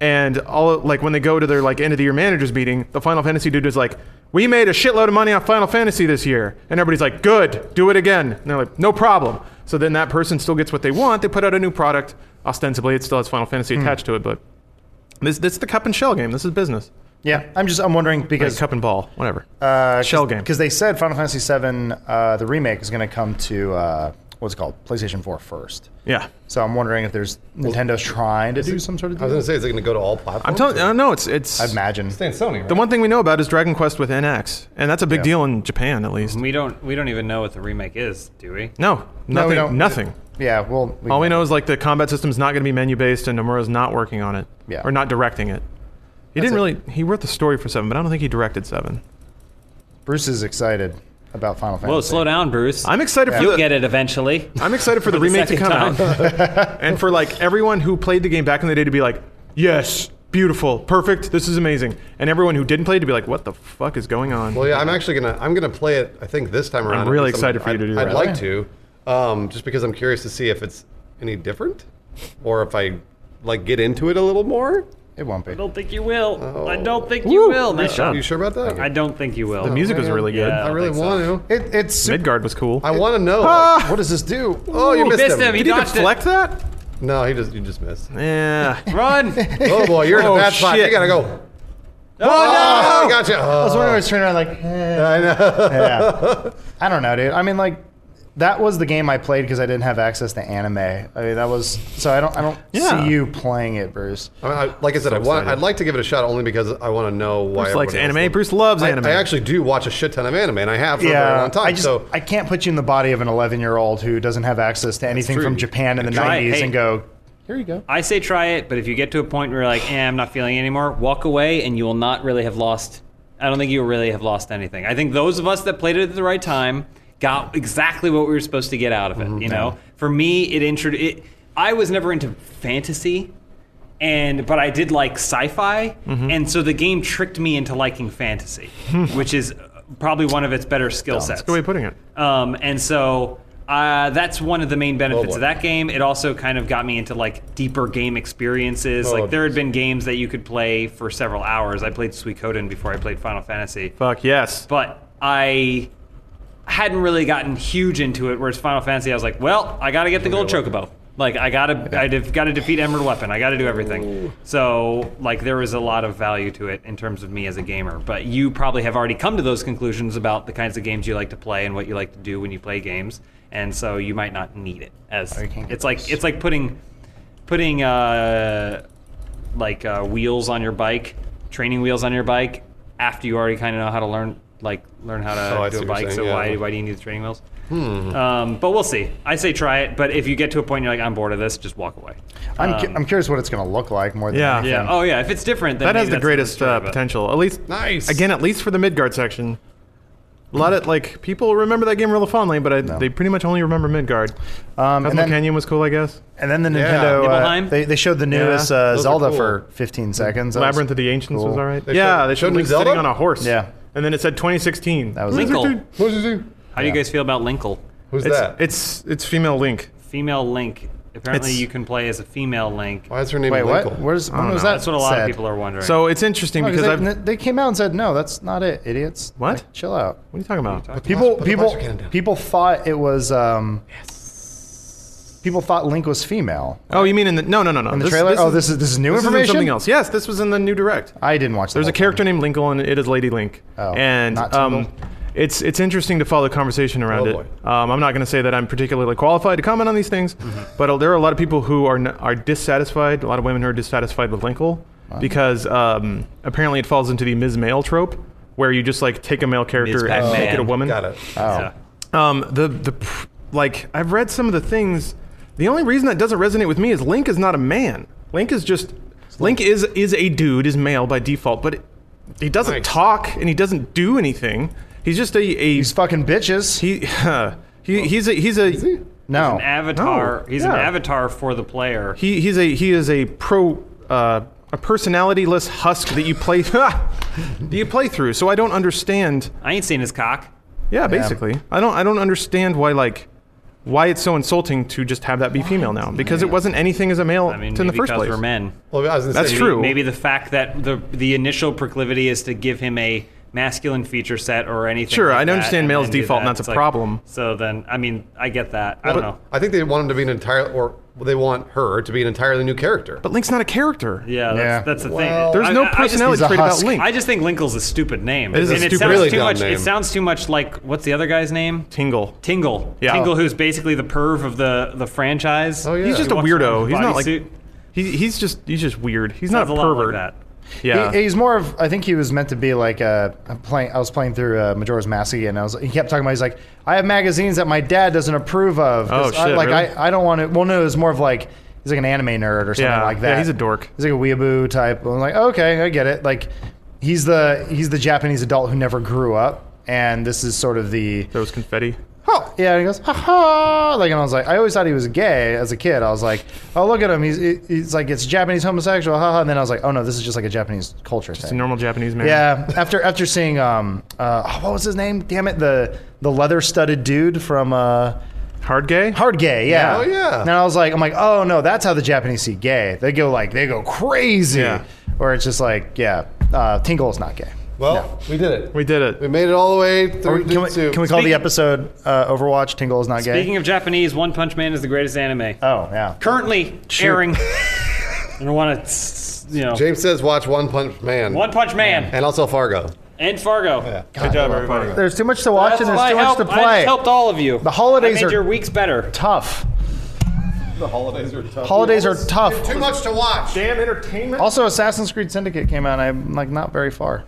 B: and all like when they go to their like end of the year managers meeting, the Final Fantasy dude is like, "We made a shitload of money on Final Fantasy this year," and everybody's like, "Good, do it again." And they're like, "No problem." So then that person still gets what they want. They put out a new product. Ostensibly, it still has Final Fantasy attached to it, but this this is the cup and shell game. This is business.
A: Yeah, I'm just I'm wondering
B: Like
A: because
B: cup and ball, whatever.
A: uh,
B: shell game.
A: because they said Final Fantasy VII uh, the remake is going to come to uh, what's it called PlayStation 4 first.
B: yeah,
A: So I'm wondering if there's Nintendo's trying to do some sort of
C: I
A: deal.
C: was going to say, is it going to go to all platforms?
B: I'm telling. Uh, no, it's it's.
A: I imagine.
C: It's Sony, right?
B: the one thing we know about is Dragon Quest with NX, and that's a big
A: Yeah.
B: deal in Japan, at least.
E: We don't we don't even know what the remake is, do we?
B: No,
A: No, we
B: nothing.
A: don't-
B: nothing.
A: Yeah, well, we,
B: All we know is like the combat system's not going to be menu based, and Nomura's not working on it,
A: Yeah.
B: or not directing it. He didn't really. He wrote the story for Seven, but I don't think he directed Seven.
A: Bruce is excited about Final Fantasy.
E: Whoa, slow down, Bruce.
B: I'm excited for
E: You'll
B: the.
E: get it eventually.
B: I'm excited for the,
E: the
B: remake to come
E: second
B: out, and for like everyone who played the game back in the day to be like, "Yes, beautiful, perfect, this is amazing," and everyone who didn't play it to be like, "What the fuck is going on?"
C: Well, yeah, I'm actually gonna I'm gonna play it. I think this time around.
B: really
C: At least
B: excited for you to do that.
C: I'd, I'd like to, um, just because I'm curious to see if it's any different, or if I like get into it a little more.
A: It won't be.
E: I don't think you will. I don't think
B: Woo.
E: you will. Nice
B: Nice
E: job.
B: job.
C: You sure about that?
E: I don't think you will.
B: the music was
C: Oh, man.
B: really good.
E: Yeah.
C: I really
E: think so.
C: want to.
A: It, it's super,
B: Midgard was cool.
C: I want to know.
B: Ah.
C: like,
A: What does this do?
C: oh, you missed,
E: missed
C: him.
E: him. He
B: Did he
E: dodged it.
B: deflect that?
C: No, he just you just missed.
B: Yeah.
E: Run!
C: Oh boy, you're in a
B: Oh,
C: bad spot. You
B: shit.
C: gotta go.
E: oh
C: Oh, I got you.
A: I was wondering, I was turning around like, eh.
C: I know.
A: yeah. I don't know, dude. I mean, like, that was the game I played because I didn't have access to anime. I mean, that was so I don't I don't
B: Yeah.
A: see you playing it, Bruce.
C: I mean, I, like I said, I want.
B: excited.
C: I'd like to give it a shot only because I want to know why.
B: Bruce likes
C: everyone else
B: anime.
C: loves-
B: Bruce loves
C: I,
B: anime.
C: I actually do watch a shit ton of anime, and I have for a very long time.
A: I just
C: so
A: I can't put you in the body of an 11 year old who doesn't have access to anything
C: true.
A: from Japan in the
E: Try it.
A: 90s
E: Hey.
A: and go. Here you go.
E: I say try it, but if you get to a point where you're like, eh, I'm not feeling it anymore, walk away and you will not really have lost. I don't think you will really have lost anything. I think those of us that played it at the right time got exactly what we were supposed to get out of it. You know, for me, it introduced. It, I was never into fantasy, and but I did like sci-fi, and so the game tricked me into liking fantasy, which is probably one of its better skill sets.
B: Good way of putting it.
E: Um, and so uh, that's one of the main benefits
C: Oh, boy.
E: of that game. It also kind of got me into like deeper game experiences.
C: Oh,
E: like there had been games that you could play for several hours. I played Suikoden before I played Final Fantasy,
B: Fuck yes.
E: but I hadn't really gotten huge into it. Whereas Final Fantasy, I was like, well, I got to get the gold chocobo. Like I gotta, I got to defeat Emerald Weapon. I got to do everything. So like, there was a lot of value to it in terms of me as a gamer. But you probably have already come to those conclusions about the kinds of games you like to play and what you like to do when you play games, and so you might not need it as
A: you can't get
E: it's like
A: those.
E: it's like putting putting uh, like uh, wheels on your bike, training wheels on your bike after you already kind of know how to learn like learn how to
C: Oh, I see
E: do a
C: what you're
E: bike.
C: saying,
E: so
C: yeah.
E: why why do you need the training wheels?
B: Hmm.
E: Um, but we'll see. I say try it. But if you get to a point you're like I'm bored of this, just walk away.
A: I'm, cu- I'm curious what it's going to look like more than
B: um, Yeah.
A: anything.
E: Yeah. Oh yeah. If it's different, then
B: That has
E: maybe
B: the
E: that's
B: greatest
E: story,
B: uh,
E: but-
B: potential. At least
C: Nice.
B: again, at least for the Midgard section. A lot of like people remember that game really fondly, but I, they pretty much only remember Midgard.
A: Um,
B: Cosmo
A: and, then,
B: Canyon was cool, I guess.
A: and then the
C: Yeah.
A: Nintendo, uh,
E: Nibelheim?
A: they, they showed the newest
B: Yeah.
A: uh,
C: Those are
A: Zelda
C: cool.
A: for 15 seconds. That was-
B: Labyrinth of the Ancients
A: cool.
B: was all right.
C: They
B: yeah,
C: showed-
B: they showed,
C: showed
B: Link
C: Zelda?
B: sitting on a horse.
A: Yeah.
B: and then it said 2016.
A: That was it.
E: Linkle.
C: What did you do?
E: How do you guys feel about Linkle?
C: Who's
B: it's,
C: that?
B: It's it's female Link.
E: Female Link. Apparently,
B: It's-
E: you can play as a female Link.
C: Why is her name
A: Wait, what?
C: Linkle?
A: Where's, when was
B: know.
A: that?
E: That's what a lot
A: said?
E: of people are wondering.
B: So it's interesting
C: Oh,
A: No,
B: because I've.
A: they, they came out and said, no, that's not it, idiots.
B: What?
A: Like, chill out.
B: what are you talking about?
A: People,
C: put the
A: people,
C: monster cannon down.
A: people thought it was. Um, People thought Link was female.
B: Oh, you mean in the no no no no
A: In the trailer? oh, this is this is new
B: this is in
A: information.
B: something else. Yes, this was in the new direct.
A: I didn't watch. the
B: There's a
A: whole
B: character named Linkle, and it is Lady Link.
A: Oh,
B: and
A: not
B: um,
A: Tingle?
B: it's it's interesting to follow the conversation around
C: Oh,
B: it.
C: boy.
B: Um, I'm not going to say that I'm particularly qualified to comment on these things,
A: Mm-hmm.
B: but uh, there are a lot of people who are n- are dissatisfied. A lot of women who are dissatisfied with Linkle because um, apparently it falls into the Ms. Male trope, where you just like take a male character and
E: Pac-Man.
B: make it a woman.
C: Got it.
A: Oh.
E: Yeah.
B: Um, the the pr- like I've read some of the things. The only reason that doesn't resonate with me is Link is not a man. Link is just Link is is a dude, is male by default, but it, he doesn't
C: Nice.
B: talk and he doesn't do anything. He's just a, a
A: These fucking bitches.
B: he, he he's a he's a he?
A: no.
E: Avatar.
B: No,
E: He's an
B: yeah.
E: avatar for the player.
B: he's a he is a pro uh, a personalityless husk that you play that you play through. So I don't understand.
E: I ain't seen his cock.
B: Yeah, basically. I don't I don't understand why like why it's so insulting to just have that be female now because it wasn't anything as a male
E: I mean,
B: in the
E: maybe
B: first
E: because
B: place.
E: we're men.
C: Well, I was gonna
B: That's
C: say,
B: true.
E: Maybe the fact that the the initial proclivity is to give him a masculine feature set or anything.
B: Sure,
E: like
B: I
E: that,
B: understand
E: and
B: male's
E: then do
B: default, and
E: that.
B: that's a
E: It's like-
B: problem.
E: So then, I mean, I get that. I don't know.
C: I think they want him to be an entire, or they want her to be an entirely new character.
B: But Link's not a character.
A: Yeah.
E: Yeah, that's, that's the
C: Well-
E: thing.
B: There's
E: I-
B: no
E: I- I just-
B: personality
A: He's a
B: trait about
A: husk.
B: Link.
E: I just think Linkle's a stupid name.
B: It is a
E: and it
B: stupid-
E: sounds
C: really
E: too
C: dumb
E: much.
C: name.
E: It sounds too much like what's the other guy's name?
B: Tingle.
E: Tingle.
B: Yeah.
E: Tingle, who's basically the perv of the the franchise.
C: Oh, yeah.
B: He's just
C: He
B: a
E: walks around
B: weirdo.
E: in
B: He's
E: a
B: not like
E: bodysuit.
B: he, he's just he's just weird. He's
E: Sounds
B: not a
E: lot like
B: pervert.
E: that.
B: Yeah.
A: He, he's more of. I think he was meant to be like a. I'm playing. I was playing through uh, Majora's Mask again. And I was. He kept talking about. He's like, I have magazines that my dad doesn't approve of. 'cause
B: Oh,
A: I,
B: shit,
A: Like
B: really?
A: I, I don't want to. Well, no, it was more of like. He's like an anime nerd or something
B: Yeah,
A: like
B: yeah,
A: that.
B: he's a dork.
A: He's like a weeaboo type. I'm like, okay, I get it. Like, he's the he's the Japanese adult who never grew up, and this is sort of the
B: Throws confetti.
A: oh yeah and he goes ha ha like and i was like i always thought he was gay as a kid i was like oh look at him he's he's like it's japanese homosexual ha ha and then i was like oh no this is just like a japanese culture
B: It's a
A: thing
B: normal Japanese man.
A: yeah after after seeing um uh oh, what was his name damn it the the leather studded dude from uh
B: Hard gay.
A: Hard gay, yeah.
C: Oh, yeah.
A: And I was like, I'm like, oh no, that's how the Japanese see gay. They go like, they go crazy.
B: Yeah.
A: Or it's just like, yeah, uh, Tingle is not gay.
C: well, we did it.
B: We did
C: We
B: it.
C: made it all the way
A: Or
C: through.
A: can, we,
C: Jutsu.
A: can we call the
E: Speaking-
A: episode uh, Overwatch? Tingle is not gay.
E: Speaking of Japanese, One Punch Man is the greatest anime.
A: oh yeah.
E: Currently airing. I don't want to, you know.
C: James says, "Watch One Punch Man."
E: One Punch Man
C: and also Fargo.
E: and Fargo.
B: Good job, everybody.
A: There's too much to watch
E: That's
A: and there's
E: my
A: too much
E: help.
A: to
E: I
A: play.
E: just helped all of you.
A: The holidays
E: I made
A: are-
E: your weeks better.
A: Tough.
C: The holidays are tough.
A: Holidays are tough.
C: Too much to watch.
B: Damn entertainment.
A: Also, Assassin's Creed Syndicate came out, and I'm like not very far.